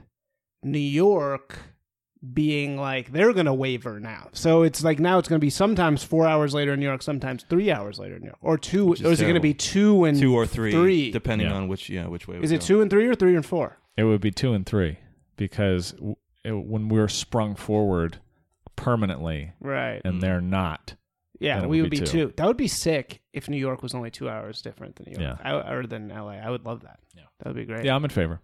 A: New York being like they're gonna waiver now. So it's like now it's gonna be sometimes four hours later in New York, sometimes three hours later in New York, or two, or is
B: is
A: it gonna
B: terrible.
A: be two and
B: two or three,
A: Three.
B: depending
C: Yeah.
B: on which yeah which way we
A: is it
B: go.
A: two and three or three and four?
C: It would be two and three because w- it, when we're sprung forward permanently
A: Right.
C: and they're not, then
A: Yeah,
C: it
A: we
C: would
A: would
C: be
A: be
C: two.
A: two. That would be sick if New York was only two hours different than New York,
C: Yeah.
A: I, or than LA. I would love that. Yeah, that would be great.
C: yeah, I'm in favor.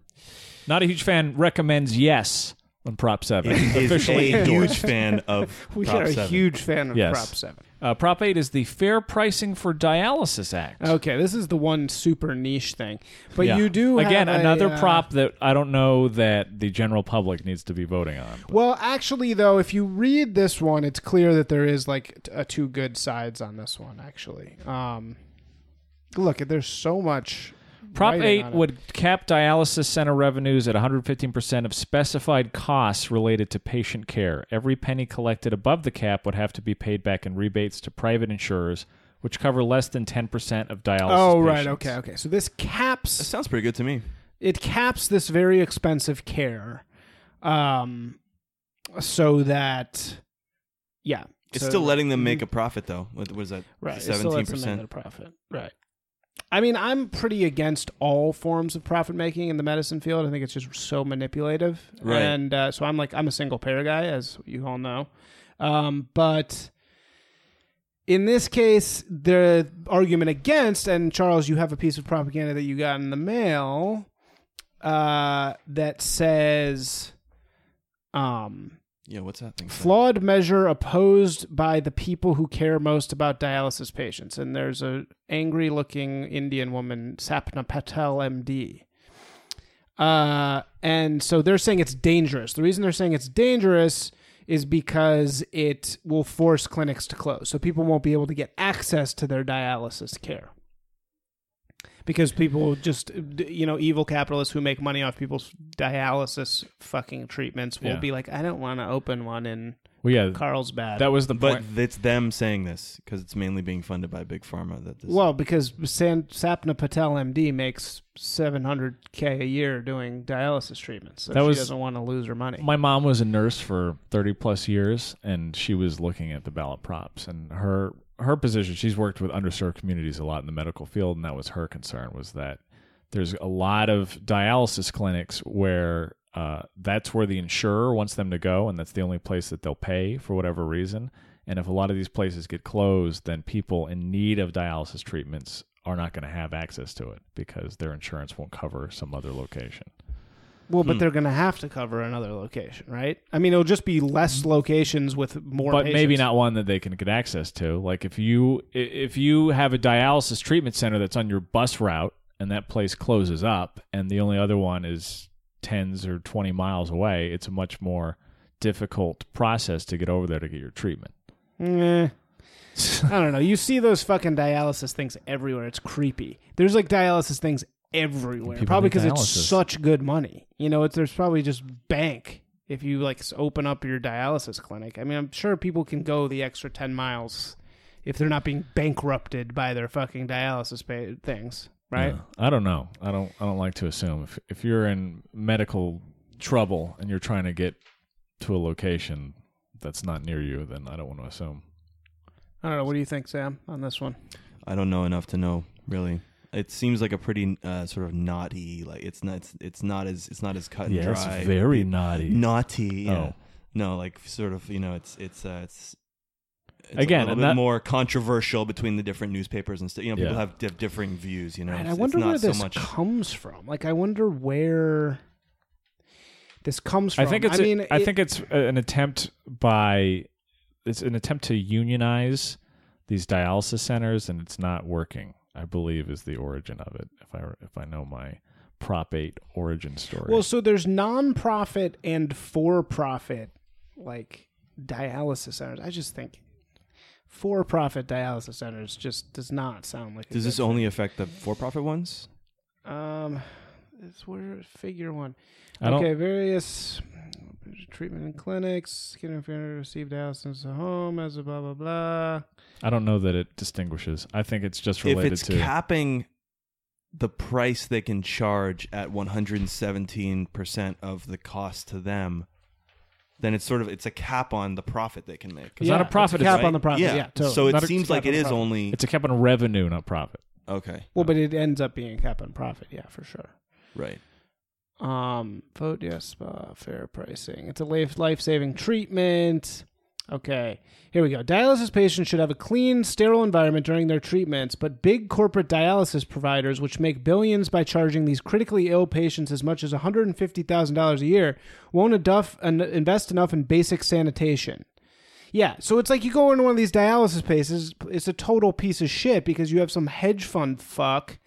C: Not a huge fan. Recommends yes on Prop Seven.
B: is
C: Officially
B: a
C: endorsed.
B: huge fan of
A: We
B: Prop
A: are a
B: 7.
A: huge fan of
C: Yes.
A: Prop 7.
C: Uh, Prop Eight is the Fair Pricing for Dialysis Act.
A: Okay, this is the one super niche thing. But
C: Yeah.
A: you do
C: again
A: have a,
C: another
A: uh,
C: prop that I don't know that the general public needs to be voting on.
A: Well, actually, though, if you read this one, it's clear that there is like t- a two good sides on this one. Actually, um, look, there's so much.
C: Prop
A: writing
C: 8
A: on it.
C: would cap dialysis center revenues at 115% of specified costs related to patient care. Every penny collected above the cap would have to be paid back in rebates to private insurers, which cover less than 10% of dialysis
A: Oh right,
C: patients.
A: okay, okay. So this
B: That
A: caps
B: sounds pretty good to me.
A: it caps this very expensive care, um, so that yeah,
B: It's
A: so-
B: still letting them make a profit though. What was that?
A: right. it still
B: Seventeen
A: lets them make
B: percent.
A: that profit, right? I mean, I'm pretty against all forms of profit making in the medicine field. I think it's just so manipulative,
B: Right.
A: And uh, so I'm like, I'm a single payer guy, as you all know, um, but. In this case, the argument against, and Charles, you have a piece of propaganda that you got in the mail uh, that says um,
B: Yeah, what's that thing?
A: flawed measure opposed by the people who care most about dialysis patients. And there's a angry looking Indian woman, Sapna Patel, MD. Uh, and so they're saying it's dangerous. The reason they're saying it's dangerous is because it will force clinics to close. So people won't be able to get access to their dialysis care. Because people just, you know, evil capitalists who make money off people's dialysis fucking treatments will
C: Yeah.
A: be like, I don't want to open one in
C: Well, yeah,
A: Carlsbad.
C: that was the
B: But
C: point.
B: it's them saying this because it's mainly being funded by big pharma. That this
A: well, because San, Sapna Patel, MD, makes 700K a year doing dialysis treatments. So
C: That
A: she
C: was-
A: doesn't want to lose her money.
C: My mom was a nurse for 30 plus years and she was looking at the ballot props and her her position she's worked with underserved communities a lot in the medical field and that was her concern was that there's a lot of dialysis clinics where uh, that's where the insurer wants them to go and that's the only place that they'll pay for whatever reason and if a lot of these places get closed then people in need of dialysis treatments are not going to have access to it because their insurance won't cover some other location
A: well,
C: Hmm.
A: but they're going to have to cover another location, right? I mean, it'll just be less locations with more
C: but maybe
A: patients.
C: not one that they can get access to. Like if you i- if you have a dialysis treatment center that's on your bus route and that place closes up and the only other one is tens or 20 miles away, it's a much more difficult process to get over there to get your treatment.
A: Eh. I don't know. You see those fucking dialysis things everywhere. It's creepy. There's like dialysis things everywhere.
C: People
A: probably
C: need
A: because it's
C: dialysis.
A: such good money. You know, it's, there's probably just bank if you like s- open up your dialysis clinic. I mean, I'm sure people can go the extra 10 miles if they're not being bankrupted by their fucking dialysis pa- things, right?
C: Yeah. I don't know. I don't I don't like to assume if if you're in medical trouble and you're trying to get to a location that's not near you, then I don't want to assume.
A: I don't know. What do you think, Sam, on this one?
B: I don't know enough to know really. It seems like a pretty uh, sort of naughty. Like it's not. It's, it's not as. It's not as cut and
C: Yeah,
B: dry.
C: it's very naughty.
B: naughty. Yeah.
C: Oh.
B: No, like sort of. You know, it's it's uh, it's. It's
C: Again,
B: a little
C: and
B: bit
C: that-
B: more controversial between the different newspapers and stuff. You know, people
C: Yeah.
B: have di- differing views. You know,
A: And
B: It's-
A: I
B: it's
A: wonder
B: not
A: where
B: so
A: this
B: much.
A: comes from. Like, I wonder where this comes from.
C: I think it's. a-
A: I mean,
C: I
A: it-
C: think it's a- an attempt by. It's an attempt to unionize these dialysis centers, and it's not working. I believe is the origin of it. If I if I know my Prop Eight origin story.
A: Well, so there's nonprofit and for-profit like dialysis centers. I just think for-profit dialysis centers just does not sound like. a
B: Does
A: good-
B: this only affect the for-profit ones?
A: Um, it's where figure one.
C: I don't.
A: okay, various treatment and clinics. Skin inferior receive dialysis at home as a blah blah blah.
C: I don't know that it distinguishes. I think it's just
B: if
C: related
B: it's
C: to.
B: capping the price they can charge at 117% of the cost to them then it's sort of it's a cap on the profit they can make
C: It's not a profit,
A: It's a
C: it's
A: cap
B: right?
A: on the profit. Yeah, totally.
B: so it
A: Not a-
B: seems
A: it's a
B: like
A: cap
B: it
A: on
B: is
A: profit.
B: only
C: it's a cap on revenue, not profit.
B: okay
A: Well,
C: Oh.
A: but it ends up being a cap on profit. Yeah, for sure.
B: right
A: Um, vote yes, uh, fair pricing. It's a life life saving treatment. Okay, here we go. Dialysis patients should have a clean, sterile environment during their treatments, but big corporate dialysis providers, which make billions by charging these critically ill patients as much as $150,000 a year, won't enough, en- invest enough in basic sanitation. Yeah, so it's like you go into one of these dialysis places, it's a total piece of shit because you have some hedge fund fuck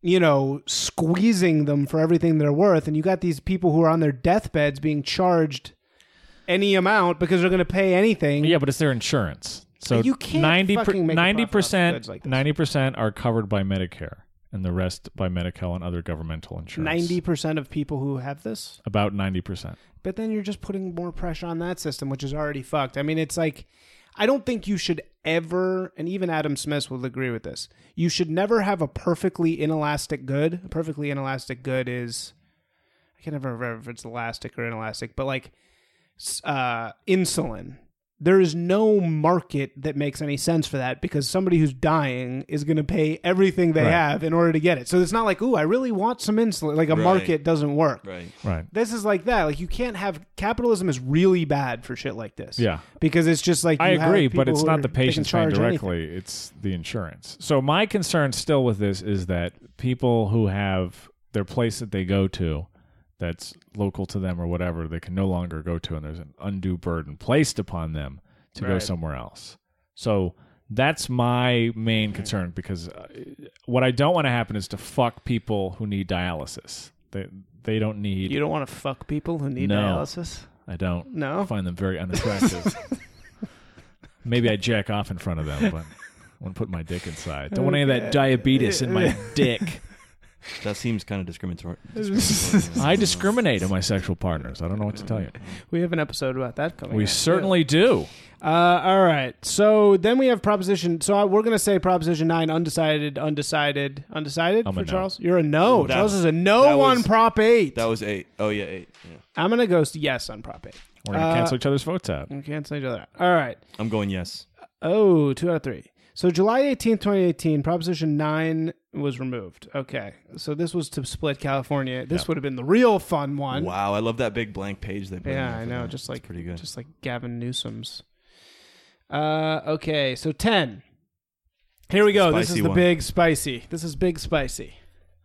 A: you know, squeezing them for everything they're worth. And you got these people who are on their deathbeds being charged any amount because they're going to pay anything.
C: Yeah, but it's their insurance. So
A: You can't
C: 90
A: fucking make a profit off of
C: percent
A: goods like this.
C: 90% are covered by Medicare and the rest by Medi-Cal and other governmental insurance.
A: 90% of people who have this.
C: about 90%.
A: But then you're just putting more pressure on that system, which is already fucked. I mean, it's like, I don't think you should ever, and even Adam Smith will agree with this, you should never have a perfectly inelastic good. A perfectly inelastic good is, I can never remember if it's elastic or inelastic, but like s- uh, insulin. There is no market that makes any sense for that because somebody who's dying is going to pay everything they
C: Right.
A: have in order to get it. So it's not like, ooh, I really want some insulin. Like a
B: Right.
A: market doesn't work
B: Right.
C: Right.
A: this is like that. Like you can't have capitalism is really bad for shit like this.
C: Yeah.
A: because it's just like
C: I
A: you have
C: agree, but
A: people
C: it's
A: who
C: not
A: are-
C: the
A: they can
C: patient's paying
A: charge anything.
C: directly; it's the insurance. So my concern still with this is that people who have their place that they go to, that's local to them or whatever, they can no longer go to, and there's an undue burden placed upon them to go
A: Right.
C: somewhere else. So that's my main concern because uh, what I don't want to happen is to fuck people who need dialysis. They they don't need.
A: You don't want to fuck people who need
C: No.
A: dialysis.
C: I don't.
A: No?
C: find them very unattractive. Maybe I jack off in front of them, but I want to put my dick inside. Don't want any of that diabetes in my dick.
B: That seems kind of discriminatory.
C: I discriminate on my sexual partners. I don't know what to tell you.
A: We have an episode about that coming.
C: We
A: up, too.
C: certainly do.
A: Uh, all right. So then we have proposition. So I, we're gonna say proposition nine, undecided, undecided, undecided
C: I'm a
A: for
C: no.
A: Charles. You're a no.
B: That-
A: Charles is a no
B: that was-
A: on prop eight.
B: That was eight. Oh yeah, eight. Yeah.
A: I'm gonna go s- yes on prop eight.
C: We're gonna
A: Uh,
C: cancel each other's votes out.
A: We cancel each other. out. All right.
B: I'm going yes.
A: Oh, two out of three. So July 18th, 2018, Proposition 9 was removed. Okay. So this was to split California. This would have been the real fun one.
B: Wow, I love that big blank page they put. in
A: Yeah,
B: there
A: I
B: for
A: know.
B: that.
A: Just
B: It's
A: like
B: pretty good.
A: Just like Gavin Newsom's. Uh, okay. So 10. Here we go. this
B: Spicy
A: is the
B: one.
A: big spicy. This is big spicy.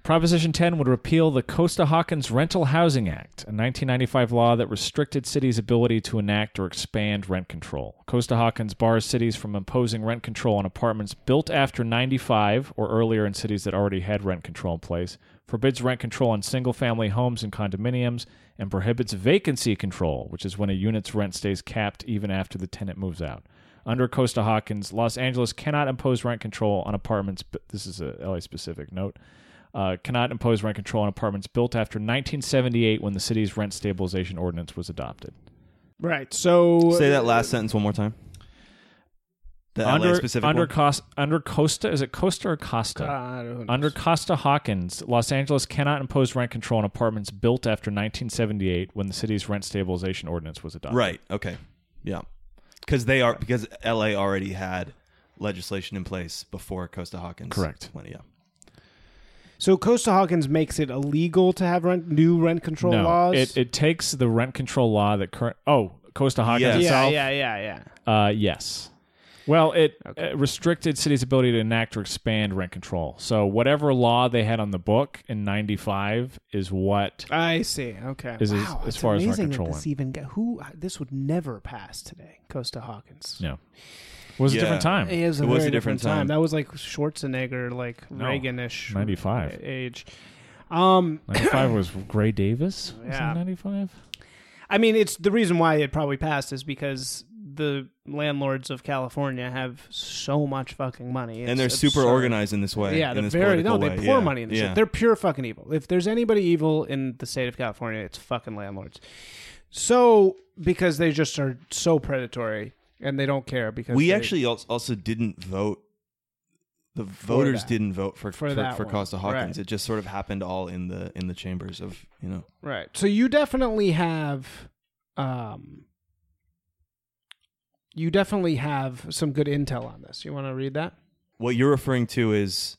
C: Proposition 10 would repeal the Costa Hawkins Rental Housing Act, a 1995 law that restricted cities' ability to enact or expand rent control. Costa Hawkins bars cities from imposing rent control on apartments built after 95 or earlier in cities that already had rent control in place, forbids rent control on single family homes and condominiums, and prohibits vacancy control, which is when a unit's rent stays capped even after the tenant moves out. Under Costa Hawkins, Los Angeles cannot impose rent control on apartments. But this is a LA specific note uh, cannot impose rent control on apartments built after 1978 when the city's rent stabilization ordinance was adopted.
A: Right. So
B: Say that last sentence one more time. The LA
C: under
B: specific
C: under,
B: one?
C: Cos- under Costa, is it Costa or Costa?
A: Uh, who knows?
C: Under Costa Hawkins, Los Angeles cannot impose rent control on apartments built after 1978 when the city's rent stabilization ordinance was adopted.
B: Right. Okay. Yeah. Because they are because LA already had legislation in place before Costa Hawkins.
C: Correct.
B: Went, yeah.
A: so Costa Hawkins makes it illegal to have rent, new rent control
C: No,
A: laws.
C: it, it takes the rent control law that current. Oh, Costa Hawkins
B: Yes.
A: yeah,
C: itself.
A: yeah, yeah, yeah.
C: Uh, yes. Well, it uh, restricted cities' ability to enact or expand rent control. So whatever law they had on the book in '95 is what
A: I see. Okay.
C: Is- is- as
A: it's
C: far as rent
A: amazing that
C: control
A: this
C: went.
A: even get who uh, this would never pass today. Costa Hawkins.
C: no was
B: Yeah.
C: a different time.
A: It was a,
B: It was
A: very
B: a different time.
A: That was like Schwarzenegger, like
C: No.
A: Reaganish,
C: '95.
A: age. Um,
C: '95 was Gray Davis. Was
A: Yeah.
C: in '95.
A: I mean, it's the reason why it probably passed is because the landlords of California have so much fucking money,
B: And they're
A: It's
B: super
A: absurd.
B: organized in this way.
A: Yeah,
B: in
A: they're
B: this
A: very no,
B: political
A: they
B: way.
A: pour
B: Yeah.
A: money in this
B: yeah.
A: shit. They're pure fucking evil. If there's anybody evil in the state of California, it's fucking landlords. So because they just are so predatory and they don't care because
B: we
A: they-
B: actually al- also didn't vote. The voters
A: that.
B: didn't vote for for,
A: For
B: for,
A: that one.
B: Costa Hawkins.
A: Right.
B: It just sort of happened all in the in the chambers of you know.
A: right. So you definitely have, um, you definitely have some good intel on this. You want to read that?
B: What you're referring to is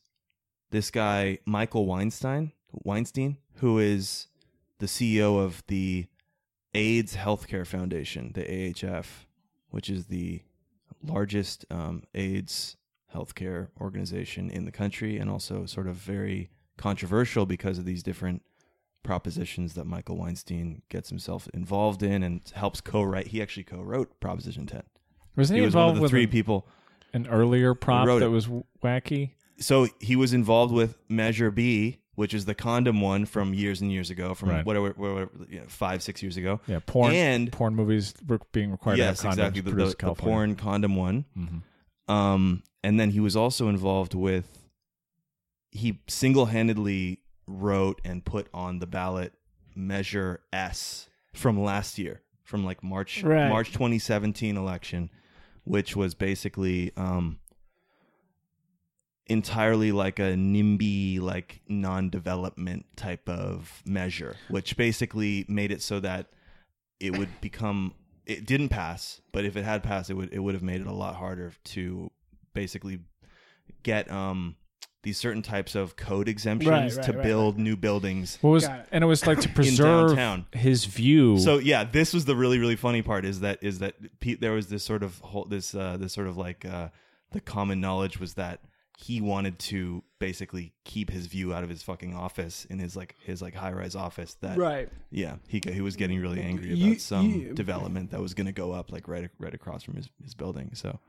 B: this guy Michael Weinstein, Weinstein, who is E the CEO of the AIDS Healthcare Foundation, the AHF, which is the largest um, AIDS healthcare organization in the country, and also sort of very controversial because of these different propositions that Michael Weinstein gets himself involved in and helps co-write. He actually co-wrote Proposition 10.
C: Was he,
B: He was one
C: involved
B: of the
C: with
B: three
C: an,
B: people.
C: an earlier prop
B: wrote
C: that
B: it.
C: was w- wacky?
B: So he was involved with Measure B, which is the condom one from years and years ago, from
C: Right.
B: whatever, whatever you know, five, six years ago.
C: Yeah, porn
B: And-
C: porn movies were being required
B: yes,
C: to have condoms
B: exactly. The,
C: produced
B: the,
C: in
B: the
C: California.
B: porn condom one.
C: Mhm.
B: Um, and then he was also involved with. He single-handedly wrote and put on the ballot Measure S from last year, from like March
A: Right.
B: March 2017 election, which was basically um, entirely like a NIMBY, like non-development type of measure, which basically made it so that it would become it didn't pass but if it had passed it would it would have made it a lot harder to basically get um these certain types of code exemptions
A: right,
B: to
A: right,
B: build new buildings
C: What was
A: Got it.
C: and it was like to preserve
B: downtown.
C: his view.
B: so yeah this was the really really funny part is that is that Pete, there was this sort of whole this uh this sort of like uh the common knowledge was that he wanted to basically keep his view out of his fucking office in his like his like high rise office that
A: Right.
B: yeah, he g- he was getting really angry about
A: You-
B: some
A: you-
B: development that was going to go up like right right across from his, his building. So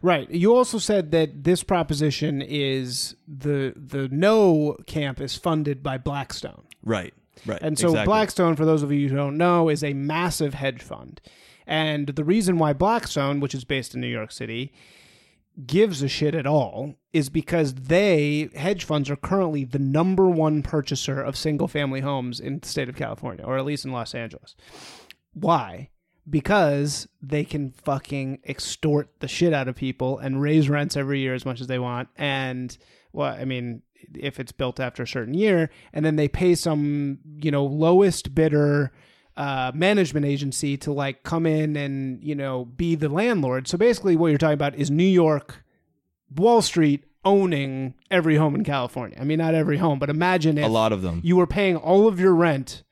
A: Right. You also said that this proposition is the the no camp is funded by Blackstone.
B: right, right,
A: And so
B: exactly.
A: Blackstone, for those of you who don't know, is a massive hedge fund. And the reason why Blackstone, which is based in New York City, gives a shit at all is because they hedge funds are currently the number one purchaser of single family homes in the state of California, or at least in Los Angeles. Why? Because they can fucking extort the shit out of people and raise rents every year as much as they want. And, well, I mean, if it's built after a certain year, and then they pay some, you know, lowest bidder uh, management agency to like come in and, you know, be the landlord. So basically, what you're talking about is New York, Wall Street owning every home in California. I mean, not every home, but imagine if
B: a lot of them
A: you were paying all of your rent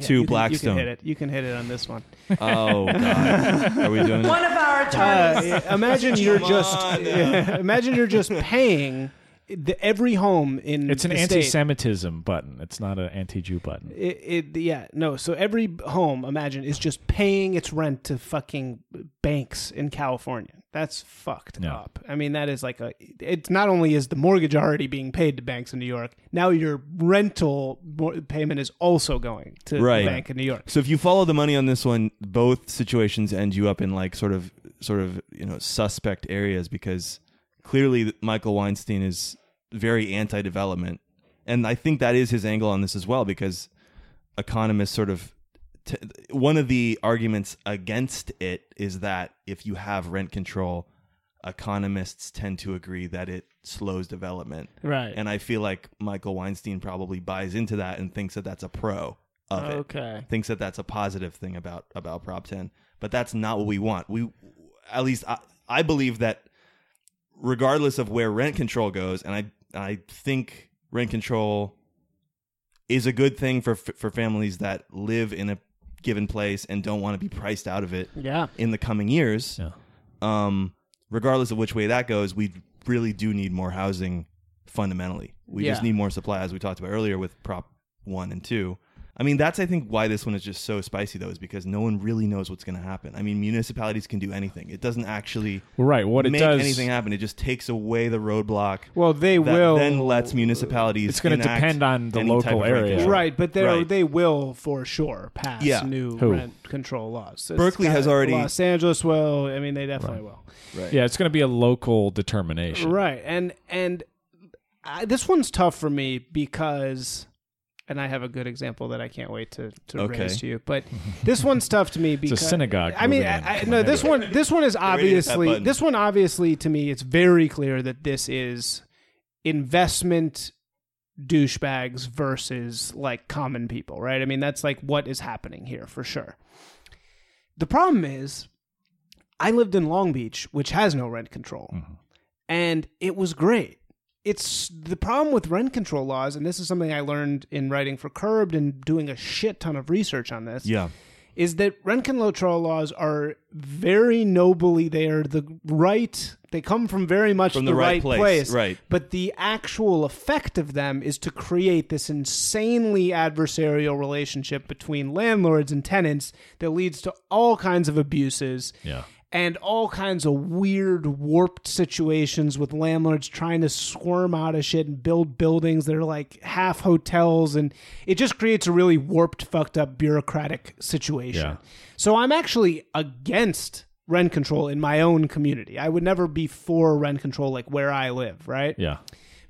B: to
A: you can-
B: Blackstone.
A: you can hit it. You can hit it on this one.
B: Oh god, are we doing it?
H: One of our attorneys.
A: Uh, imagine you're
B: Come
A: just
B: on,
A: imagine you're just paying the, every home in
C: it's an
A: the state.
C: anti-Semitism button. It's not an anti-Jew button.
A: It, it yeah no so every home imagine is just paying its rent to fucking banks in California. That's fucked
C: Yeah.
A: up. I mean that is like a it's not only is the mortgage already being paid to banks in New York now your rental mor- payment is also going to
B: Right.
A: the bank in New York.
B: So if you follow the money on this one, both situations end you up in like sort of sort of you know suspect areas because clearly Michael Weinstein is very anti-development, and I think that is his angle on this as well because economists sort of t- one of the arguments against it is that if you have rent control, economists tend to agree that it slows development.
A: Right.
B: And I feel like Michael Weinstein probably buys into that and thinks that that's a pro of it.
A: Okay.
B: Thinks that that's a positive thing about about Prop 10, but that's not what we want. We at least I, I believe that regardless of where rent control goes and I I think rent control is a good thing for for families that live in a given place and don't want to be priced out of it
A: Yeah.
B: in the coming years.
C: Yeah.
B: Um, regardless of which way that goes, we really do need more housing fundamentally. We just
A: Yeah.
B: need more supply, as we talked about earlier with Prop 1 and 2. I mean, that's, I think, why this one is just so spicy, though, is because no one really knows what's going to happen. I mean, municipalities can do anything, it doesn't actually
C: Well, right. What it
B: make
C: does.
B: anything happen. It just takes away the roadblock.
A: Well, they
B: that
A: will
B: then lets municipalities.
C: It's gonna
B: enact
C: depend on the
B: any type
C: local
B: of rent
C: area.
B: control.
A: Right, but they
B: Right.
A: they will for sure pass
B: Yeah.
A: new
C: Who?
A: rent control laws. It's
B: Berkeley has
A: kinda-
B: already-
A: Los Angeles will. I mean, they definitely
C: Yeah, it's going to be a local determination.
A: will. Right, and and I, this one's tough for me because, and I have a good example that I can't wait to to
B: Okay.
A: raise to you. But this one's tough to me
C: It's a
A: because
C: synagogue.
A: I mean,
C: moving in
A: I, I,
C: from
A: no.
C: another
A: This one, this one is
B: ready to hit that
A: obviously.
B: button.
A: This one, obviously, to me, it's very clear that this is investment douchebags versus like common people, right? I mean, that's like what is happening here for sure. The problem is, I lived in Long Beach, which has no rent control,
B: Mm-hmm.
A: and it was great. It's the problem with rent control laws, and this is something I learned in writing for Curbed and doing a shit ton of research on this
B: Yeah.
A: is that Renkenlotrol laws are very nobly they are the right they come from very much
B: From
A: the,
B: the right place, right.
A: But the actual effect of them is to create this insanely adversarial relationship between landlords and tenants that leads to all kinds of abuses.
C: Yeah.
A: And all kinds of weird, warped situations with landlords trying to squirm out of shit and build buildings that are like half hotels. And it just creates a really warped, fucked up bureaucratic situation.
C: Yeah.
A: So I'm actually against rent control in my own community. I would never be for rent control like where I live, right?
C: Yeah.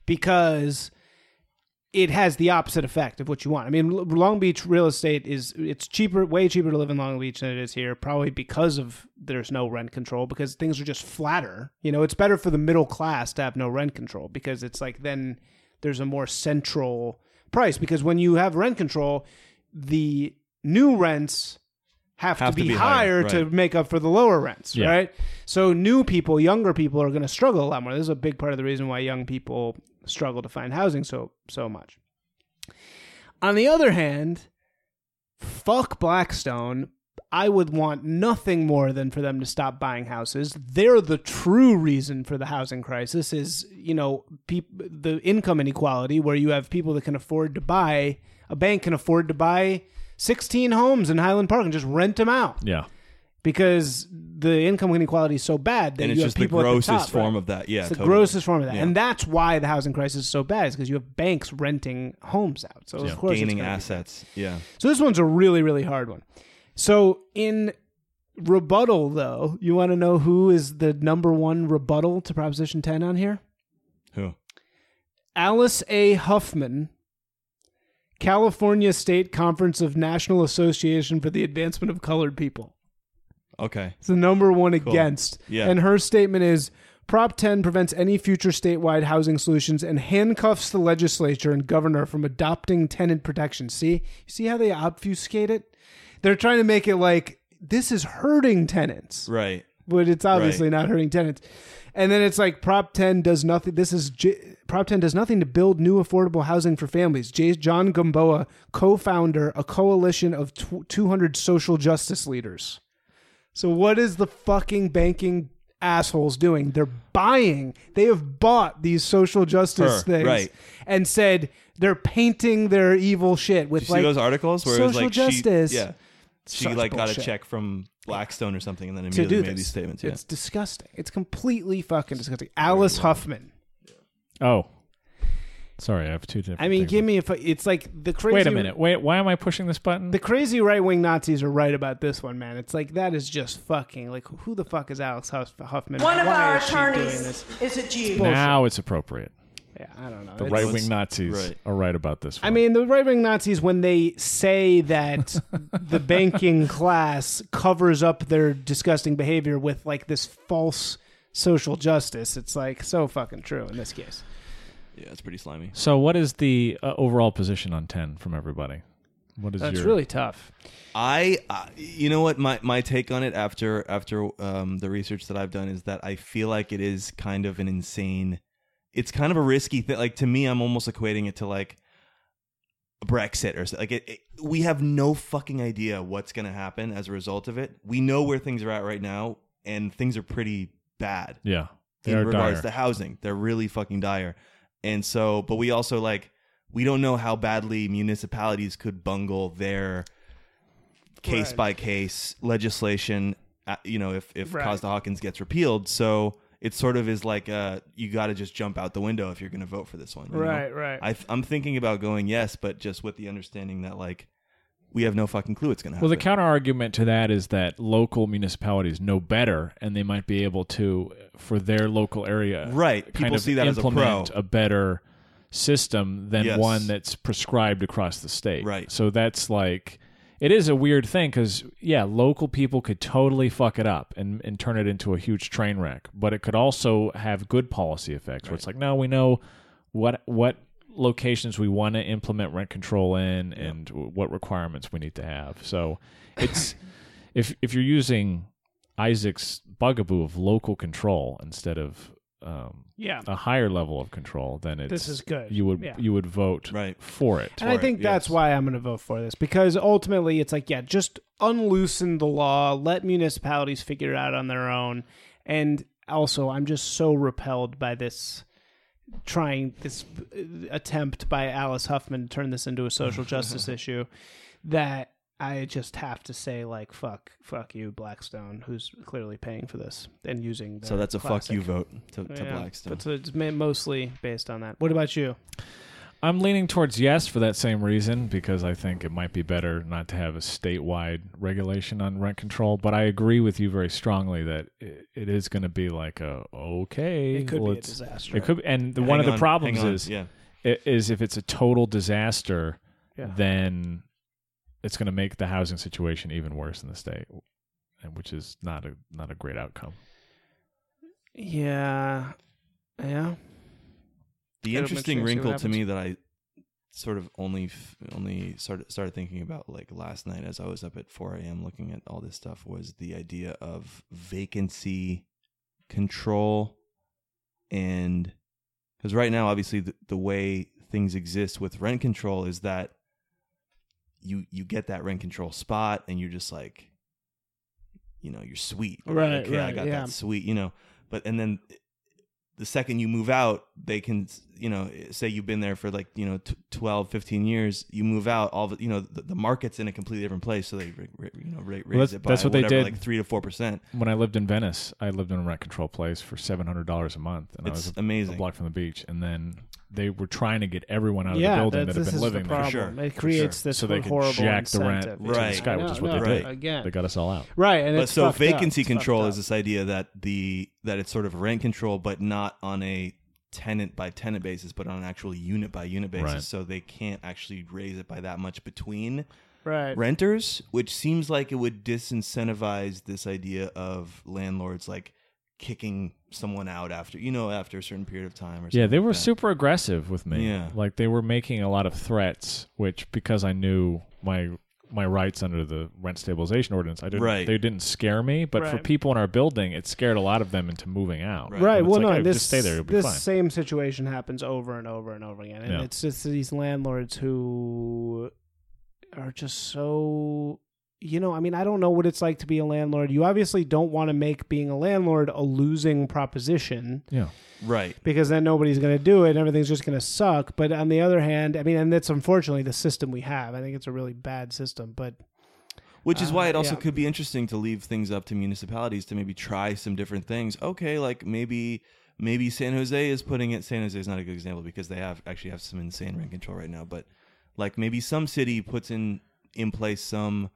A: Because it has the opposite effect of what you want. I mean, L- Long Beach real estate is it's cheaper, way cheaper to live in Long Beach than it is here, probably because of there's no rent control because things are just flatter. You know, it's better for the middle class to have no rent control because it's like then there's a more central price because when you have rent control, the new rents have, to, be higher, to
B: right.
A: make up for the lower rents,
C: Yeah.
A: right? So new people, younger people are going to struggle a lot more. This is a big part of the reason why young people struggle to find housing so so much. On the other hand, fuck Blackstone. I would want nothing more than for them to stop buying houses. They're the true reason for the housing crisis is, you know, peop- the income inequality where you have people that can afford to buy, a bank can afford to buy 16 homes in Highland Park and just rent them out
C: Yeah.
A: because the income inequality is so bad that
B: and
A: you
B: it's
A: have
B: just the
A: people
B: grossest
A: at the top,
B: form
A: right?
B: of that. Yeah,
A: it's the
B: totally.
A: grossest form of that,
B: Yeah.
A: and that's why the housing crisis is so bad. Is because you have banks renting homes out, so of course it's
B: gaining
A: gonna be-
B: assets. Yeah,
A: So this one's a really really hard one. So in rebuttal, though, you want to know who is the number one rebuttal to Proposition Ten on here?
B: who?
A: Alice A. Huffman, California State Conference of National Association for the Advancement of Colored People.
B: Okay,
A: It's the number one against.
B: Yeah.
A: And her statement is Prop 10 prevents any future statewide housing solutions and handcuffs the legislature and governor from adopting tenant protection. See? You see how they obfuscate it? They're trying to make it like this is hurting tenants
B: right.
A: but it's obviously not hurting tenants. And then it's like Prop 10 does nothing. This is J- Prop 10 does nothing to build new affordable housing for families. J- John Gumboa, co-founder, a coalition of tw- 200 social justice leaders. So what is the fucking banking assholes doing? They're buying. They have bought these social
B: Sure,
A: justice things
B: right.
A: and said they're painting their evil shit with
B: Did you
A: like
B: see those articles where it was
A: social
B: like
A: justice.
B: she, yeah, she
A: Such
B: like got a
A: bullshit.
B: check from Blackstone or something, and then
A: to
B: immediately
A: do
B: made
A: this.
B: these statements. Yeah,
A: It's disgusting. It's completely fucking disgusting. Alice Huffman.
C: Oh. Sorry, I have two different.
A: I mean,
C: things.
A: give me a. fu- It's like the crazy.
C: Wait a minute. Wait, why am I pushing this button?
A: The crazy right wing Nazis are right about this one, man. It's like that is just fucking like who the fuck is Alex Huff- Huffman?
H: One of
A: Why
H: our
A: is she doing
H: attorneys
A: this?
H: is a Jew.
C: now it's appropriate.
A: Yeah, I don't know.
C: The
A: It's-
C: right wing Nazis
B: right.
C: are right about this. One.
A: I mean, the right wing Nazis when they say that the banking class covers up their disgusting behavior with like this false social justice. It's like so fucking true in this case.
B: yeah, it's pretty slimy.
C: so what is the uh, overall position on ten from everybody? What is
A: That's
C: your
A: really tough.
B: I, uh, you know what, my my take on it after after um, the research that I've done is that I feel like it is kind of an insane. It's kind of a risky thing. Like to me, I'm almost equating it to like Brexit or so- like it, it- we have no fucking idea what's going to happen as a result of it. We know where things are at right now, and things are pretty bad
C: yeah? They
B: in
C: are
B: regards
C: dire.
B: to housing. They're really fucking dire. And so, but we also like we don't know how badly municipalities could bungle their case by case legislation. uh, You know, if if
A: Right.
B: Costa Hawkins gets repealed, so it sort of is like uh, you got to just jump out the window if you're going to vote for this one. you know?
A: Right, right.
B: I th- I'm thinking about going yes, but just with the understanding that like we have no fucking clue what's going to happen.
C: Well, the counter argument to that is that local municipalities know better, and they might be able to, for their local area,
B: Right.
C: kind
B: People
C: of
B: see that as a pro.
C: implement a better system than
B: Yes.
C: one that's prescribed across the state.
B: Right.
C: So that's like, it is a weird thing because yeah, local people could totally fuck it up and and turn it into a huge train wreck, but it could also have good policy effects where it's like, no, we know what what locations we want to implement rent control in and w- what requirements we need to have. So it's if if you're using Isaac's bugaboo of local control instead of um,
A: Yeah.
C: a higher level of control, then it's
A: This is good.
C: You would
A: Yeah.
C: you would vote
B: Right.
C: for it.
A: And I think that's why I'm going to vote for this because ultimately it's like, yeah, just unloosen the law, let municipalities figure it out on their own. And also, I'm just so repelled by this trying this uh, attempt by Alice Huffman to turn this into a social justice issue that I just have to say, like, fuck, fuck you, Blackstone, who's clearly paying for this and using.
B: So that's a fuck you vote to, to Blackstone.
A: But so it's ma- mostly based on that. What about you?
C: I'm leaning towards yes for that same reason because I think it might be better not to have a statewide regulation on rent control. But I agree with you very strongly that it, it is going to be like a okay.
A: It could be a
C: let's-
A: disaster.
C: It could, be- and the,
B: Hang
C: one of the
B: on,
C: problems
B: hang on.
C: is
B: yeah.
C: i- is if it's a total disaster,
A: Yeah.
C: then it's going to make the housing situation even worse in the state, and which is not a not a great outcome.
A: Yeah. Yeah.
B: The
A: It'll
B: interesting
A: make sense, see
B: wrinkle
A: what
B: to me that I sort of only f- only started started thinking about like last night as I was up at 4 a.m. looking at all this stuff was the idea of vacancy control and because right now obviously the, the way things exist with rent control is that you you get that rent control spot and you're just like you know you're sweet
A: Right,
B: okay i
A: right,
B: got
A: yeah.
B: that sweet you know but and then the second you move out they can you know say you've been there for like you know t- 12 15 years you move out all the you know the, the market's in a completely different place so they ra- ra- you know ra- raise
C: that's-
B: it by
C: that's what they
B: whatever,
C: did.
B: like 3 to 4 percent
C: When I lived in Venice, I lived in a rent control place for seven hundred dollars a month, and I was
B: it's
C: a a
B: amazing
C: block from the beach, and then they were trying to get everyone out of
A: yeah,
C: the building
A: that's-
C: that had
A: this
C: been
A: is
C: living
A: the
C: there.
B: sure,
A: problem. It
B: for
A: creates
B: sure.
A: this
C: So they could
A: horrible
C: jack the rent
A: incentive.
C: to the
B: Right.
C: sky, which is what
A: No,
C: they
B: right.
C: did.
A: Again.
C: They got us all out.
A: right. And
B: but
A: it's
B: so
A: fucked
B: vacancy
A: up. It's
B: control
A: fucked
B: is
A: up.
B: this idea that the that it's sort of rent control but not on a tenant by tenant basis but on an actual unit by unit basis
C: Right.
B: so they can't actually raise it by that much between
A: right.
B: renters which seems like it would disincentivize this idea of landlords like kicking someone out after you know after a certain period of time or something
C: Yeah, they
B: like
C: were
B: that.
C: super aggressive with me.
B: Yeah.
C: Like they were making a lot of threats, which because I knew my my rights under the rent stabilization ordinance, I didn't
B: Right.
C: they didn't scare me, but for
A: Right.
C: people in our building, it scared a lot of them into moving out.
B: Right.
A: Right.
C: And it's
A: Well,
C: like,
A: no.
C: "Oh,
A: and this
C: just stay there, you'll be
A: this
C: fine."
A: same situation happens over and over and over again, and
C: Yeah.
A: it's just these landlords who are just so. You know, I mean, I don't know what it's like to be a landlord. You obviously don't want to make being a landlord a losing proposition.
C: Yeah.
B: right
A: because then nobody's going to do it and everything's just going to suck. But on the other hand, I mean, and that's unfortunately the system we have. I think it's a really bad system, but
B: Which is
A: Uh,
B: why it also
A: yeah.
B: could be interesting to leave things up to municipalities to maybe try some different things. Okay, like maybe maybe San Jose is putting it. San Jose is not a good example because they have actually have some insane rent control right now. But like maybe some city puts in in place some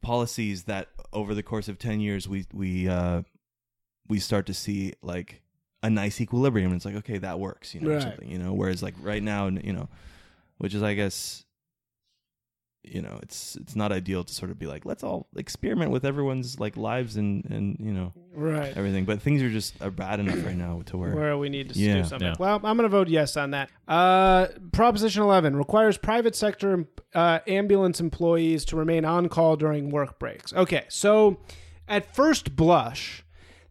B: policies that over the course of ten years we we uh, we start to see like a nice equilibrium. And it's like okay, that works, you know, or
A: Right.
B: something, you know. Whereas like right now, you know, which is I guess you know it's it's not ideal to sort of be like let's all experiment with everyone's like lives and and you know
A: right
B: everything but things are just are bad enough right now to where
A: where we need to
B: Yeah.
A: do something.
C: Yeah.
A: Well, I'm going to vote yes on that. Uh, Proposition 11 requires private sector uh, ambulance employees to remain on call during work breaks. Okay, so at first blush,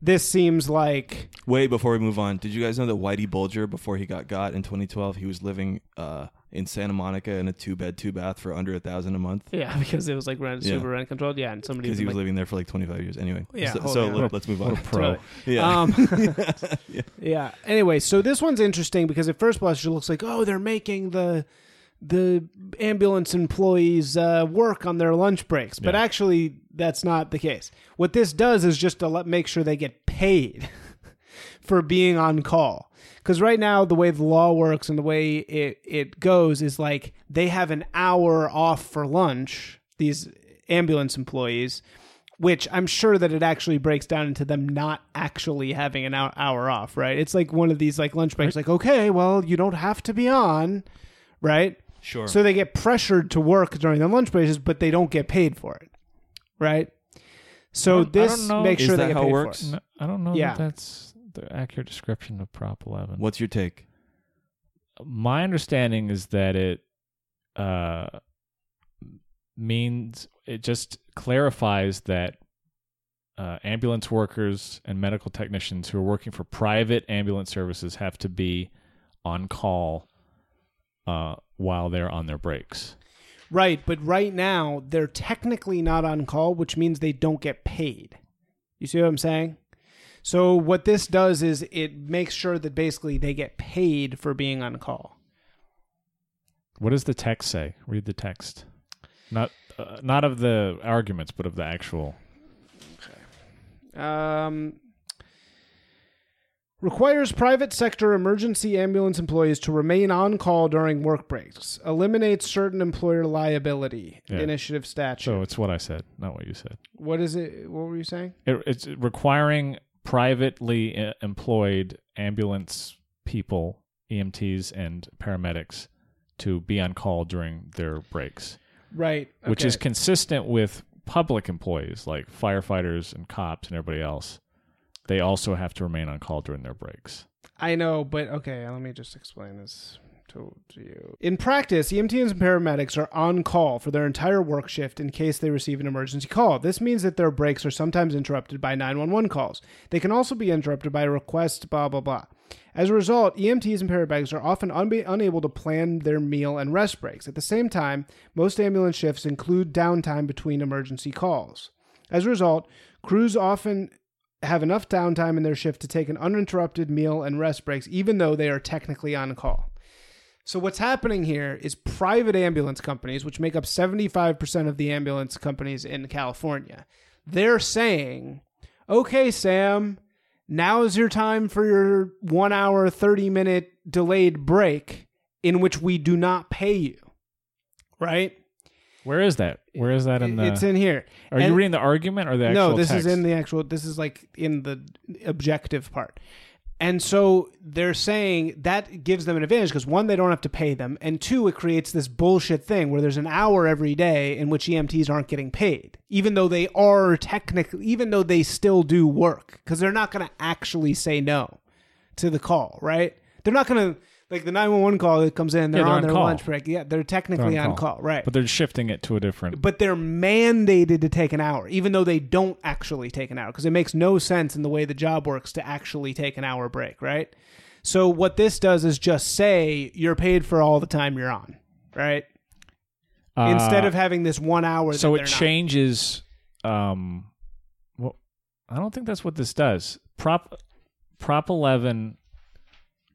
A: this seems like
B: wait before we move on did you guys know that whitey bulger before he got got in 2012 he was living uh in santa monica in a two bed two bath for under a thousand a month
A: yeah, because it was like rent
B: Yeah.
A: super rent controlled. Yeah, and somebody
B: because he was
A: like,
B: living there for like 25 years anyway
A: Yeah,
B: so,
A: hold
B: so
A: on.
B: let, us move on
C: Pro.
B: yeah
A: Um, yeah. Anyway, so this one's interesting because at first blush it looks like oh they're making the the ambulance employees uh, work on their lunch breaks, but
C: Yeah.
A: actually that's not the case. What this does is just to let, make sure they get paid for being on call. Because right now, the way the law works and the way it, it goes is like they have an hour off for lunch, these ambulance employees, which I'm sure that it actually breaks down into them not actually having an hour, hour off, right? It's like one of these like lunch breaks, like, okay, well, you don't have to be on, right?
B: sure
A: So they get pressured to work during their lunch breaks, but they don't get paid for it, right? So
C: don't- I don't
A: this
C: know.
A: makes
B: Is
A: sure
B: that
A: they get
B: how it
A: paid
B: works?
A: for it.
C: No, I don't know
A: Yeah.
C: that that's the accurate description of Prop 11.
B: what's your take
C: my understanding is that it uh means it just clarifies that uh, ambulance workers and medical technicians who are working for private ambulance services have to be on call uh, while they're on their breaks.
A: Right, but right now they're technically not on call, which means they don't get paid. You see what I'm saying? So what this does is it makes sure that basically they get paid for being on call.
C: What does the text say? Read the text. Not uh, not of the arguments, but of the actual.
A: Um, requires private sector emergency ambulance employees to remain on call during work breaks. Eliminates certain employer liability
C: Yeah.
A: initiative statute.
C: So it's what I said, not what you said.
A: what is it? What were you saying?
C: It, it's requiring privately uh, employed ambulance people, EMTs and paramedics, to be on call during their breaks,
A: Right,
C: which
A: okay.
C: is consistent with public employees like firefighters and cops and everybody else. They also have to remain on call during their breaks.
A: I know, but okay, let me just explain this to, to you. In practice, E EMTs and paramedics are on call for their entire work shift in case they receive an emergency call. This means that their breaks are sometimes interrupted by 911 calls. They can also be interrupted by requests, blah, blah, blah. As a result, EMTs and paramedics are often unbe unable to plan their meal and rest breaks. At the same time, most ambulance shifts include downtime between emergency calls. As a result, crews often have enough downtime in their shift to take an uninterrupted meal and rest breaks, even though they are technically on call. So, what's happening here is private ambulance companies, which make up 75% of the ambulance companies in California, they're saying, okay, Sam, now is your time for your one hour, 30 minute delayed break in which we do not pay you. Right?
C: Where is that? Where is that in the?
A: it's in here.
C: uh, are
A: And-
C: you reading the argument or the actual?
A: no this
C: text?
A: is in the actual this is like in the objective part and so they're saying that gives them an advantage because one they don't have to pay them and two it creates this bullshit thing where there's an hour every day in which emts aren't getting paid even though they are technically even though they still do work because they're not going to actually say no to the call right they're not going to like the 911 call that comes in they're,
C: they're
A: on,
C: on
A: their
C: call.
A: lunch break yeah they're technically
C: They're on
A: on
C: call.
A: call, right
C: but they're shifting it to a different.
A: but they're mandated to take an hour, even though they don't actually take an hour, because it makes no sense in the way the job works to actually take an hour break, right? So what this does is just say you're paid for all the time you're on, right?
C: uh,
A: Instead of having this one hour. that
C: so
A: they're
C: it
A: not.
C: changes um well i don't think that's what this does prop prop 11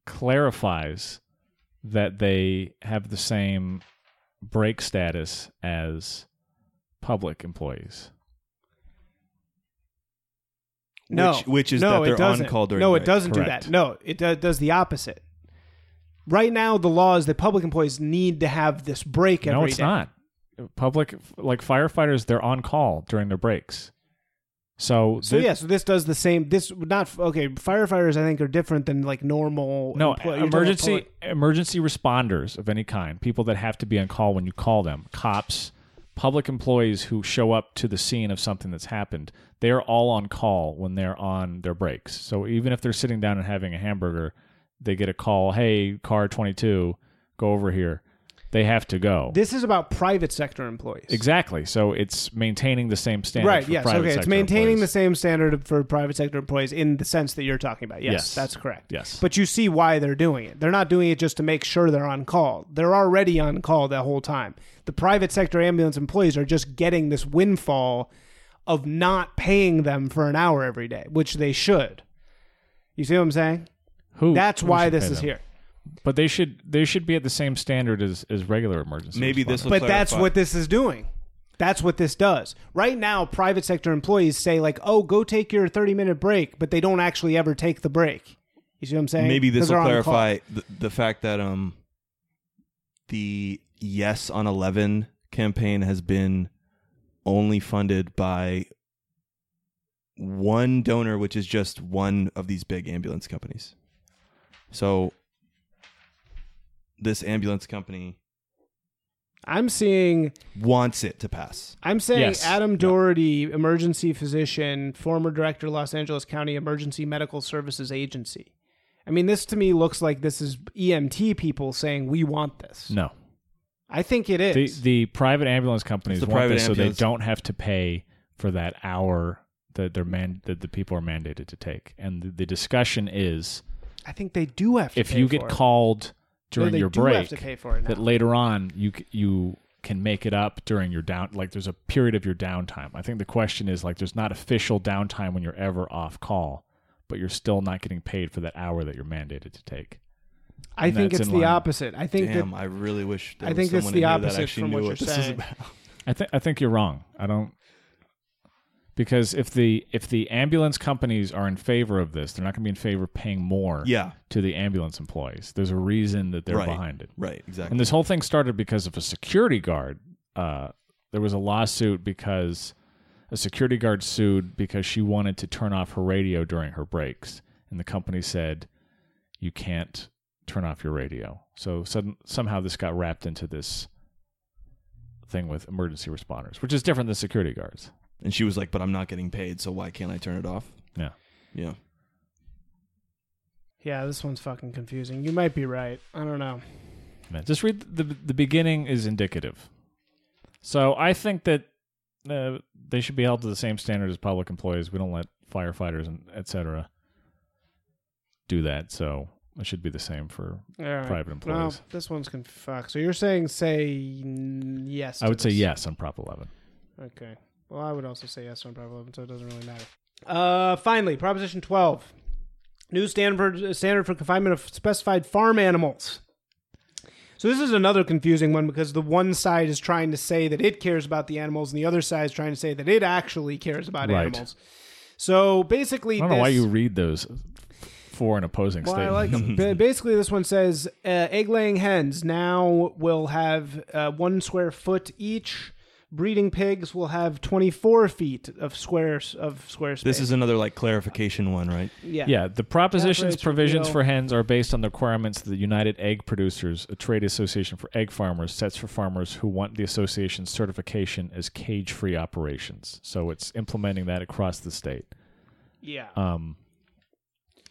C: clarifies that they have the same break status as public employees
A: No,
B: Which- which is
A: no,
B: that
A: it
B: they're
A: doesn't.
B: on call during
A: No, it
B: break.
A: doesn't
C: Correct.
A: do that. No, it do- does the opposite. Right now, the law is that public employees need to have this break every day.
C: no it's not public like firefighters they're on call during their breaks so
A: So
C: thi-
A: yeah, so this does the same. This would not okay. Firefighters, I think, are different than like normal.
C: no
A: employ- you're talking about
C: emergency
A: public-
C: emergency responders of any kind people that have to be on call when you call them cops public employees who show up to the scene of something that's happened they're all on call when they're on their breaks so even if they're sitting down and having a hamburger they get a call hey car 22 go over here they have to go
A: This is about private sector employees.
C: exactly so it's maintaining the same standard
A: Right.
C: for
A: Yes.
C: private
A: Okay. It's
C: sector
A: maintaining the
C: employees.
A: same standard for private sector employees in the sense that you're talking about. Yes,
C: Yes.
A: that's correct.
C: Yes.
A: But you see why they're doing it. They're not doing it just to make sure they're on call. They're already on call that whole time. The private sector ambulance employees are just getting this windfall of not paying them for an hour every day, which they should. You see what I'm saying?
C: who
A: That's
C: who
A: why
C: should
A: this
C: pay
A: is
C: them?
A: here.
C: but they should they should be at the same standard as as regular emergency
B: Maybe this
C: responders.
B: will
A: but that's
B: clarify.
A: what this is doing. That's what this does. Right now, private sector employees say like, "Oh, go take your thirty-minute break," but they don't actually ever take the break. You see what I'm saying?
B: Maybe this
A: 'Cause they're
B: will
A: on
B: clarify
A: call.
B: the, the fact that um the Yes on 11 campaign has been only funded by one donor, which is just one of these big ambulance companies. So this ambulance company
A: I'm seeing.
B: wants it to pass.
A: I'm saying
C: Yes.
A: Adam Doherty, emergency physician, former director, Los Angeles County Emergency Medical Services Agency. I mean, this to me looks like this is EMT people saying we want this.
C: no
A: I think it
C: the
A: is.
C: the private ambulance companies
B: It's the
C: want
B: private
C: this so they
B: ambulance.
C: don't have to pay for that hour that they're man that the people are mandated to take. And the, the discussion is
A: I think they do have to.
C: if
A: pay
C: you
A: for
C: get
A: it.
C: called
A: No,
C: during
A: they
C: your
A: do
C: break,
A: have to pay for it.
C: that
A: Now.
C: later on you c- you can make it up during your down like there's a period of your downtime. I think the question is like there's not official downtime when you're ever off call, but you're still not getting paid for that hour that you're mandated to take.
A: I
C: and
A: think
C: that's
A: it's
C: in
A: the
C: line.
A: opposite. I think
B: Damn,
A: that
B: I really wish. There
A: I
B: was
A: think it's
B: someone
A: the
B: in here
A: opposite
B: that actually
A: from
B: knew
A: what
B: what,
A: you're
B: this
A: saying.
B: is about.
C: I think I think you're wrong. I don't because if the if the ambulance companies are in favor of this, they're not going to be in favor of paying more
B: Yeah,
C: to the ambulance employees. There's a reason that they're
B: Right.
C: behind it.
B: right, exactly.
C: And this whole thing started because of a security guard. Uh, there was a lawsuit because a security guard sued because she wanted to turn off her radio during her breaks, and the company said, "You can't turn off your radio." So sudden, somehow this got wrapped into this thing with emergency responders, which is different than security guards.
A: Mm-hmm.
B: And she was like, "But I'm not getting paid, so why can't I turn it off?"
C: Yeah.
B: Yeah.
A: yeah, this one's fucking confusing. You might be right. I don't know.
C: Man, just read the the beginning is indicative. So I think that uh, they should be held to the same standard as public employees. We don't let firefighters and etc. do that. So it should be the same for.
A: All right.
C: Private employees.
A: No, this one's conf- fuck. So you're saying say n- yes?
C: I
A: to
C: would say
A: this.
C: yes on Prop 11.
A: Okay. Well, I would also say yes on Prop 11, so it doesn't really matter. Uh, finally, Proposition 12. New standard, standard for confinement of specified farm animals. So this is another confusing one because the one side is trying to say that it cares about the animals, and the other side is trying to say that it actually cares about
C: Right.
A: animals. So basically,
C: I don't know why
A: this-
C: you read those for and opposing
A: well, I
C: statements.
A: like them. Ba- Basically, this one says uh, egg laying hens now will have uh, one square foot each. Breeding pigs will have 24 feet of squares of square space.
B: This is another like clarification one, right?
A: yeah.
C: Yeah, the proposition's
A: Calculates
C: provisions
A: reveal-
C: for hens are based on the requirements that the United Egg Producers, a trade association for egg farmers, sets for farmers who want the association's certification as cage free operations. So it's implementing that across the state.
A: Yeah.
B: Uh,
C: Um,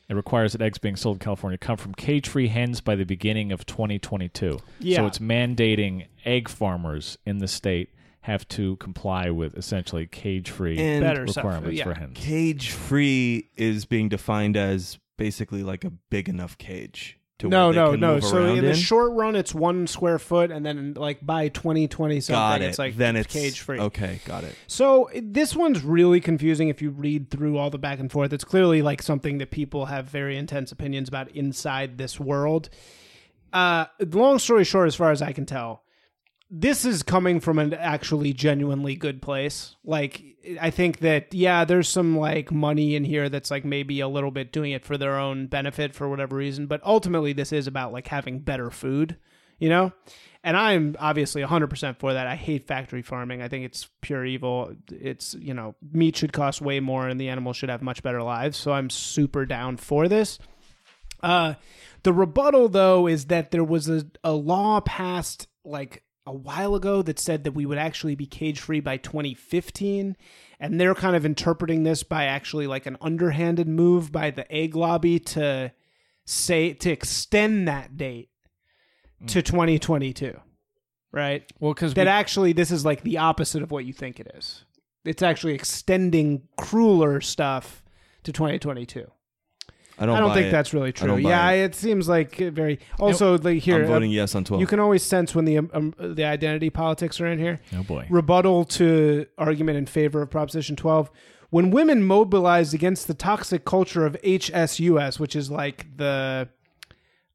C: it requires that eggs being sold in California come from cage free hens by the beginning of 2022. So
A: Yeah.
C: it's mandating egg farmers in the state have to comply with essentially cage free
B: And
A: Better stuff.
C: requirements
A: Yeah.
C: for hens.
B: cage free is being defined as basically like a big enough cage to
A: No,
B: where they
A: no,
B: can
A: no.
B: move
A: So
B: around
A: in,
B: in
A: the short run, it's one square foot, and then like by 2020 something,
B: Got it.
A: it's like
B: then it's
A: cage free.
B: Okay, got it.
A: So this one's really confusing if you read through all the back and forth. It's clearly like something that people have very intense opinions about inside this world. Uh, long story short, as far as I can tell, this is coming from an actually genuinely good place. Like I think that yeah, there's some like money in here that's like maybe a little bit doing it for their own benefit for whatever reason, but ultimately this is about like having better food, you know? And I'm obviously 100% for that. I hate factory farming. I think it's pure evil. It's, you know, meat should cost way more and the animals should have much better lives. So I'm super down for this. Uh, the rebuttal, though, is that there was a, a law passed like a while ago that said that we would actually be cage free by 2015. And they're kind of interpreting this by actually like an underhanded move by the egg lobby to say to extend that date to 2022. Right?
C: Well, because
A: That actually, this is like the opposite of what you think it is. It's actually extending crueler stuff to 2022.
B: I don't.
A: I don't
B: buy
A: think
B: it.
A: that's really true.
B: don't buy
A: Yeah,
B: it.
A: it seems like it very. Also, like here,
B: I'm
A: uh,
B: voting yes on twelve.
A: you can always sense when the um, um, the identity politics are in here.
C: oh boy.
A: Rebuttal to argument in favor of Proposition 12. When women mobilized against the toxic culture of HSUS, which is like the,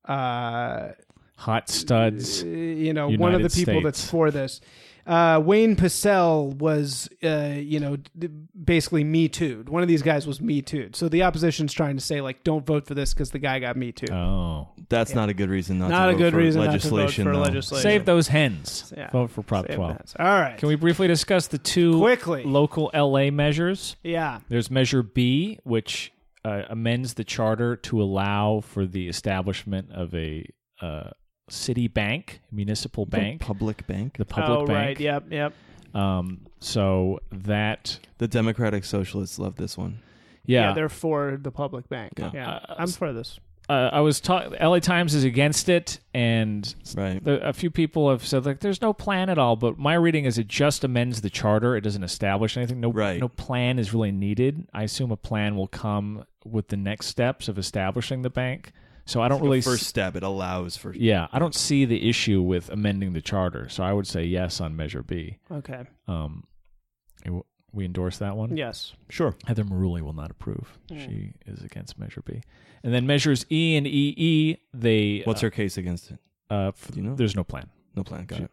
A: uh,
C: Hot studs.
A: you know, one of the
C: United
A: people that's
C: States.
A: for this, uh, Wayne Pacell was, uh, you know, d- basically Me Too'd. One of these guys was Me Too'd. So the opposition's trying to say, like, don't vote for this because the guy got Me Too.
C: Oh.
B: that's not a good reason not,
A: Not
B: to
A: a
B: vote
A: good
B: for
A: reason not to vote
B: legislation,
A: for
B: though.
A: legislation.
C: Save those hens.
A: Yeah.
C: Vote for Prop
A: Save
C: 12.
A: that. All right.
C: Can we briefly discuss the two
A: Quickly.
C: local LA measures?
A: Yeah.
C: There's Measure B, which uh, amends the charter to allow for the establishment of a uh, city bank, municipal bank,
B: Public bank.
C: the public
A: oh,
C: bank.
A: right. Yep. Yep.
C: Um, so that,
B: The Democratic Socialists love this one.
A: Yeah.
C: yeah,
A: They're for the public bank. Yeah.
B: Yeah.
C: Uh,
A: I'm for this.
C: uh, I was talking. LA Times is against it, and
B: Right.
C: there- a few people have said like, "There's no plan at all." But my reading is it just amends the charter. It doesn't establish anything. No,
B: Right.
C: no plan is really needed. I assume a plan will come with the next steps of establishing the bank. So I don't really s-
B: First step, it allows for.
C: yeah, I don't see the issue with amending the charter. So I would say yes on Measure B.
A: Okay.
C: Um, it w- we endorse that one.
A: Yes.
B: Sure.
C: Heather Marulli will not approve. She is against Measure B. And then measures E and EE, they
B: What's her case against it?
C: uh, f-
B: you know?
C: there's no plan.
B: No plan. Got it.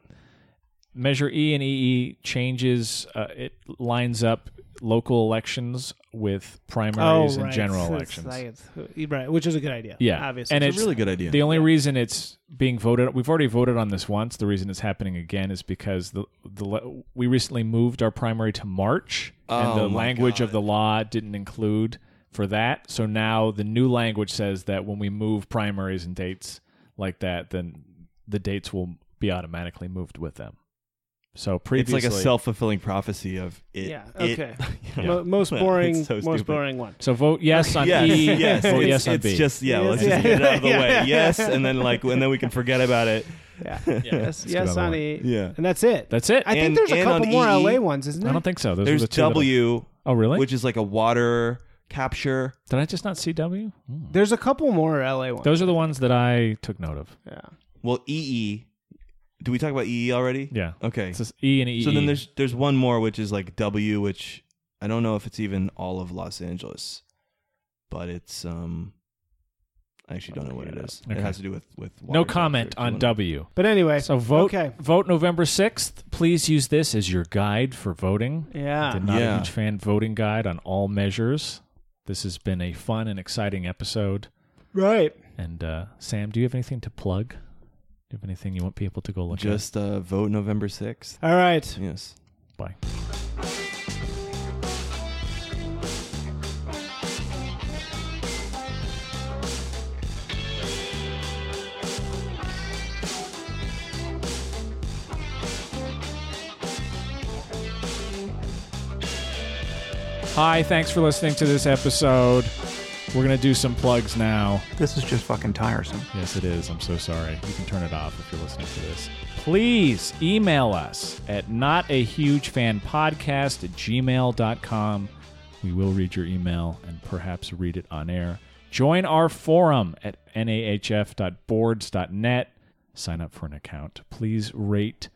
C: Measure E and EE changes uh, it lines up local elections with
A: Oh,
C: primaries and general elections.
A: uh, right, which is a good idea.
C: yeah,
A: Obviously.
C: and
B: It's a really good idea.
C: The only reason it's being voted, we've already voted on this once. The reason it's happening again is because the the le- we recently moved our primary to March, and
B: Oh
C: the
B: my
C: language of
B: God.
C: the law didn't include for that. So now the new language says that when we move primaries and dates like that, then the dates will be automatically moved with them. So
B: it's
C: previously,
B: like a self fulfilling prophecy of it.
A: Yeah,
B: it-
A: okay.
B: you know.
A: Mo- most
B: It's
A: boring,
B: so
A: most
B: stupid.
A: boring one.
C: So vote yes on
B: Yes,
C: E.
B: yes,
C: vote
B: it's,
C: yes on
B: it's
C: B.
B: just yeah.
A: Yes,
B: let's
A: yeah.
B: just get it out of the
A: Yeah.
B: way. Yes, and then like, and then we can forget about it.
A: Yeah.
C: Let's
A: yes,
C: do
A: yes,
C: another one.
A: honey.
B: Yeah.
A: And that's it.
C: That's it.
A: I
C: I,
B: And-
A: think there's a
B: and on E.
A: couple more
B: EE
A: LA ones, isn't there?
C: don't think so. Those
B: There's
C: are the two that I-
B: W,
C: oh really?
B: which is like a water capture.
C: Did I just not see W? Hmm.
A: There's a couple more LA ones.
C: Those are the ones that I took note of.
A: yeah.
B: Well, EE. Do we talk about EE already?
C: Yeah.
B: Okay.
C: It's just E and E.
B: So then there's there's one more which is like W, which I don't know if it's even all of Los Angeles, but it's um. I actually don't know what it is. It
C: Okay.
B: has to do with with
C: no
B: water
C: comment
B: capture.
C: on W.
A: But anyway,
C: So vote
A: Okay.
C: vote November sixth. Please use this as your guide for voting.
A: Yeah.
C: Did not a
B: Yeah.
C: huge fan voting guide on all measures. This has been a fun and exciting episode.
A: Right.
C: And uh, Sam, do you have anything to plug? Do you have anything you want people to go look at?
B: Just uh, vote November sixth.
A: All right.
B: Yes.
C: Bye. Hi, thanks for listening to this episode. We're going to do some plugs now.
I: This is just fucking tiresome.
C: Yes, it is. I'm so sorry. You can turn it off if you're listening to this. Please email us at notahugefanpodcast at gmail.com. We will read your email and perhaps read it on air. Join our forum at nahf.boards.net. Sign up for an account. Please rate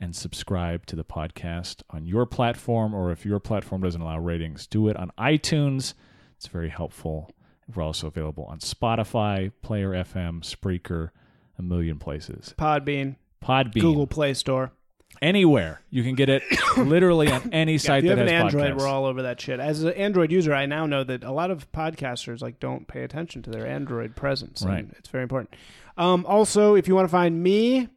C: and subscribe to the podcast on your platform, or if your platform doesn't allow ratings, do it on iTunes. It's very helpful. We're also available on Spotify, Player FM, Spreaker, a million places.
A: Podbean,
C: Podbean,
A: Google Play Store.
C: anywhere you can get it. literally on any site
A: If you
C: that
A: have an
C: has
A: Android,
C: podcasts.
A: we're all over that shit. As an Android user, I now know that a lot of podcasters like don't pay attention to their Android presence. and
C: Right.
A: it's very important. Um, also, if you want to find me,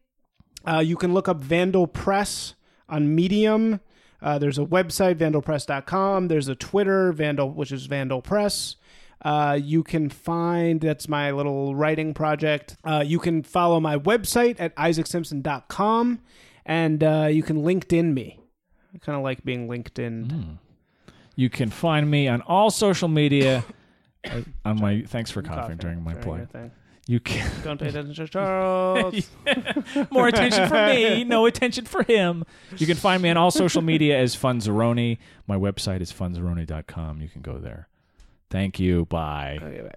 A: uh, you can look up Vandal Press on Medium. Uh, there's a website, vandalpress.com. There's a Twitter, Vandal, which is Vandal Press. Uh, you can find that's my little writing project. Uh, you can follow my website at isaacsimpson.com, and uh, you can LinkedIn me. I kind of like being LinkedIn.
C: You can find me on all social media. uh, on my thanks for coughing, during my
A: During your
C: plug.
A: thing.
C: You can
A: Don't pay attention to Charles.
C: more attention for me, no attention for him. You can find me on all social media as Funzeroni. My website is funzeroni.com. You can go there. Thank you. Bye.
A: Okay, bye.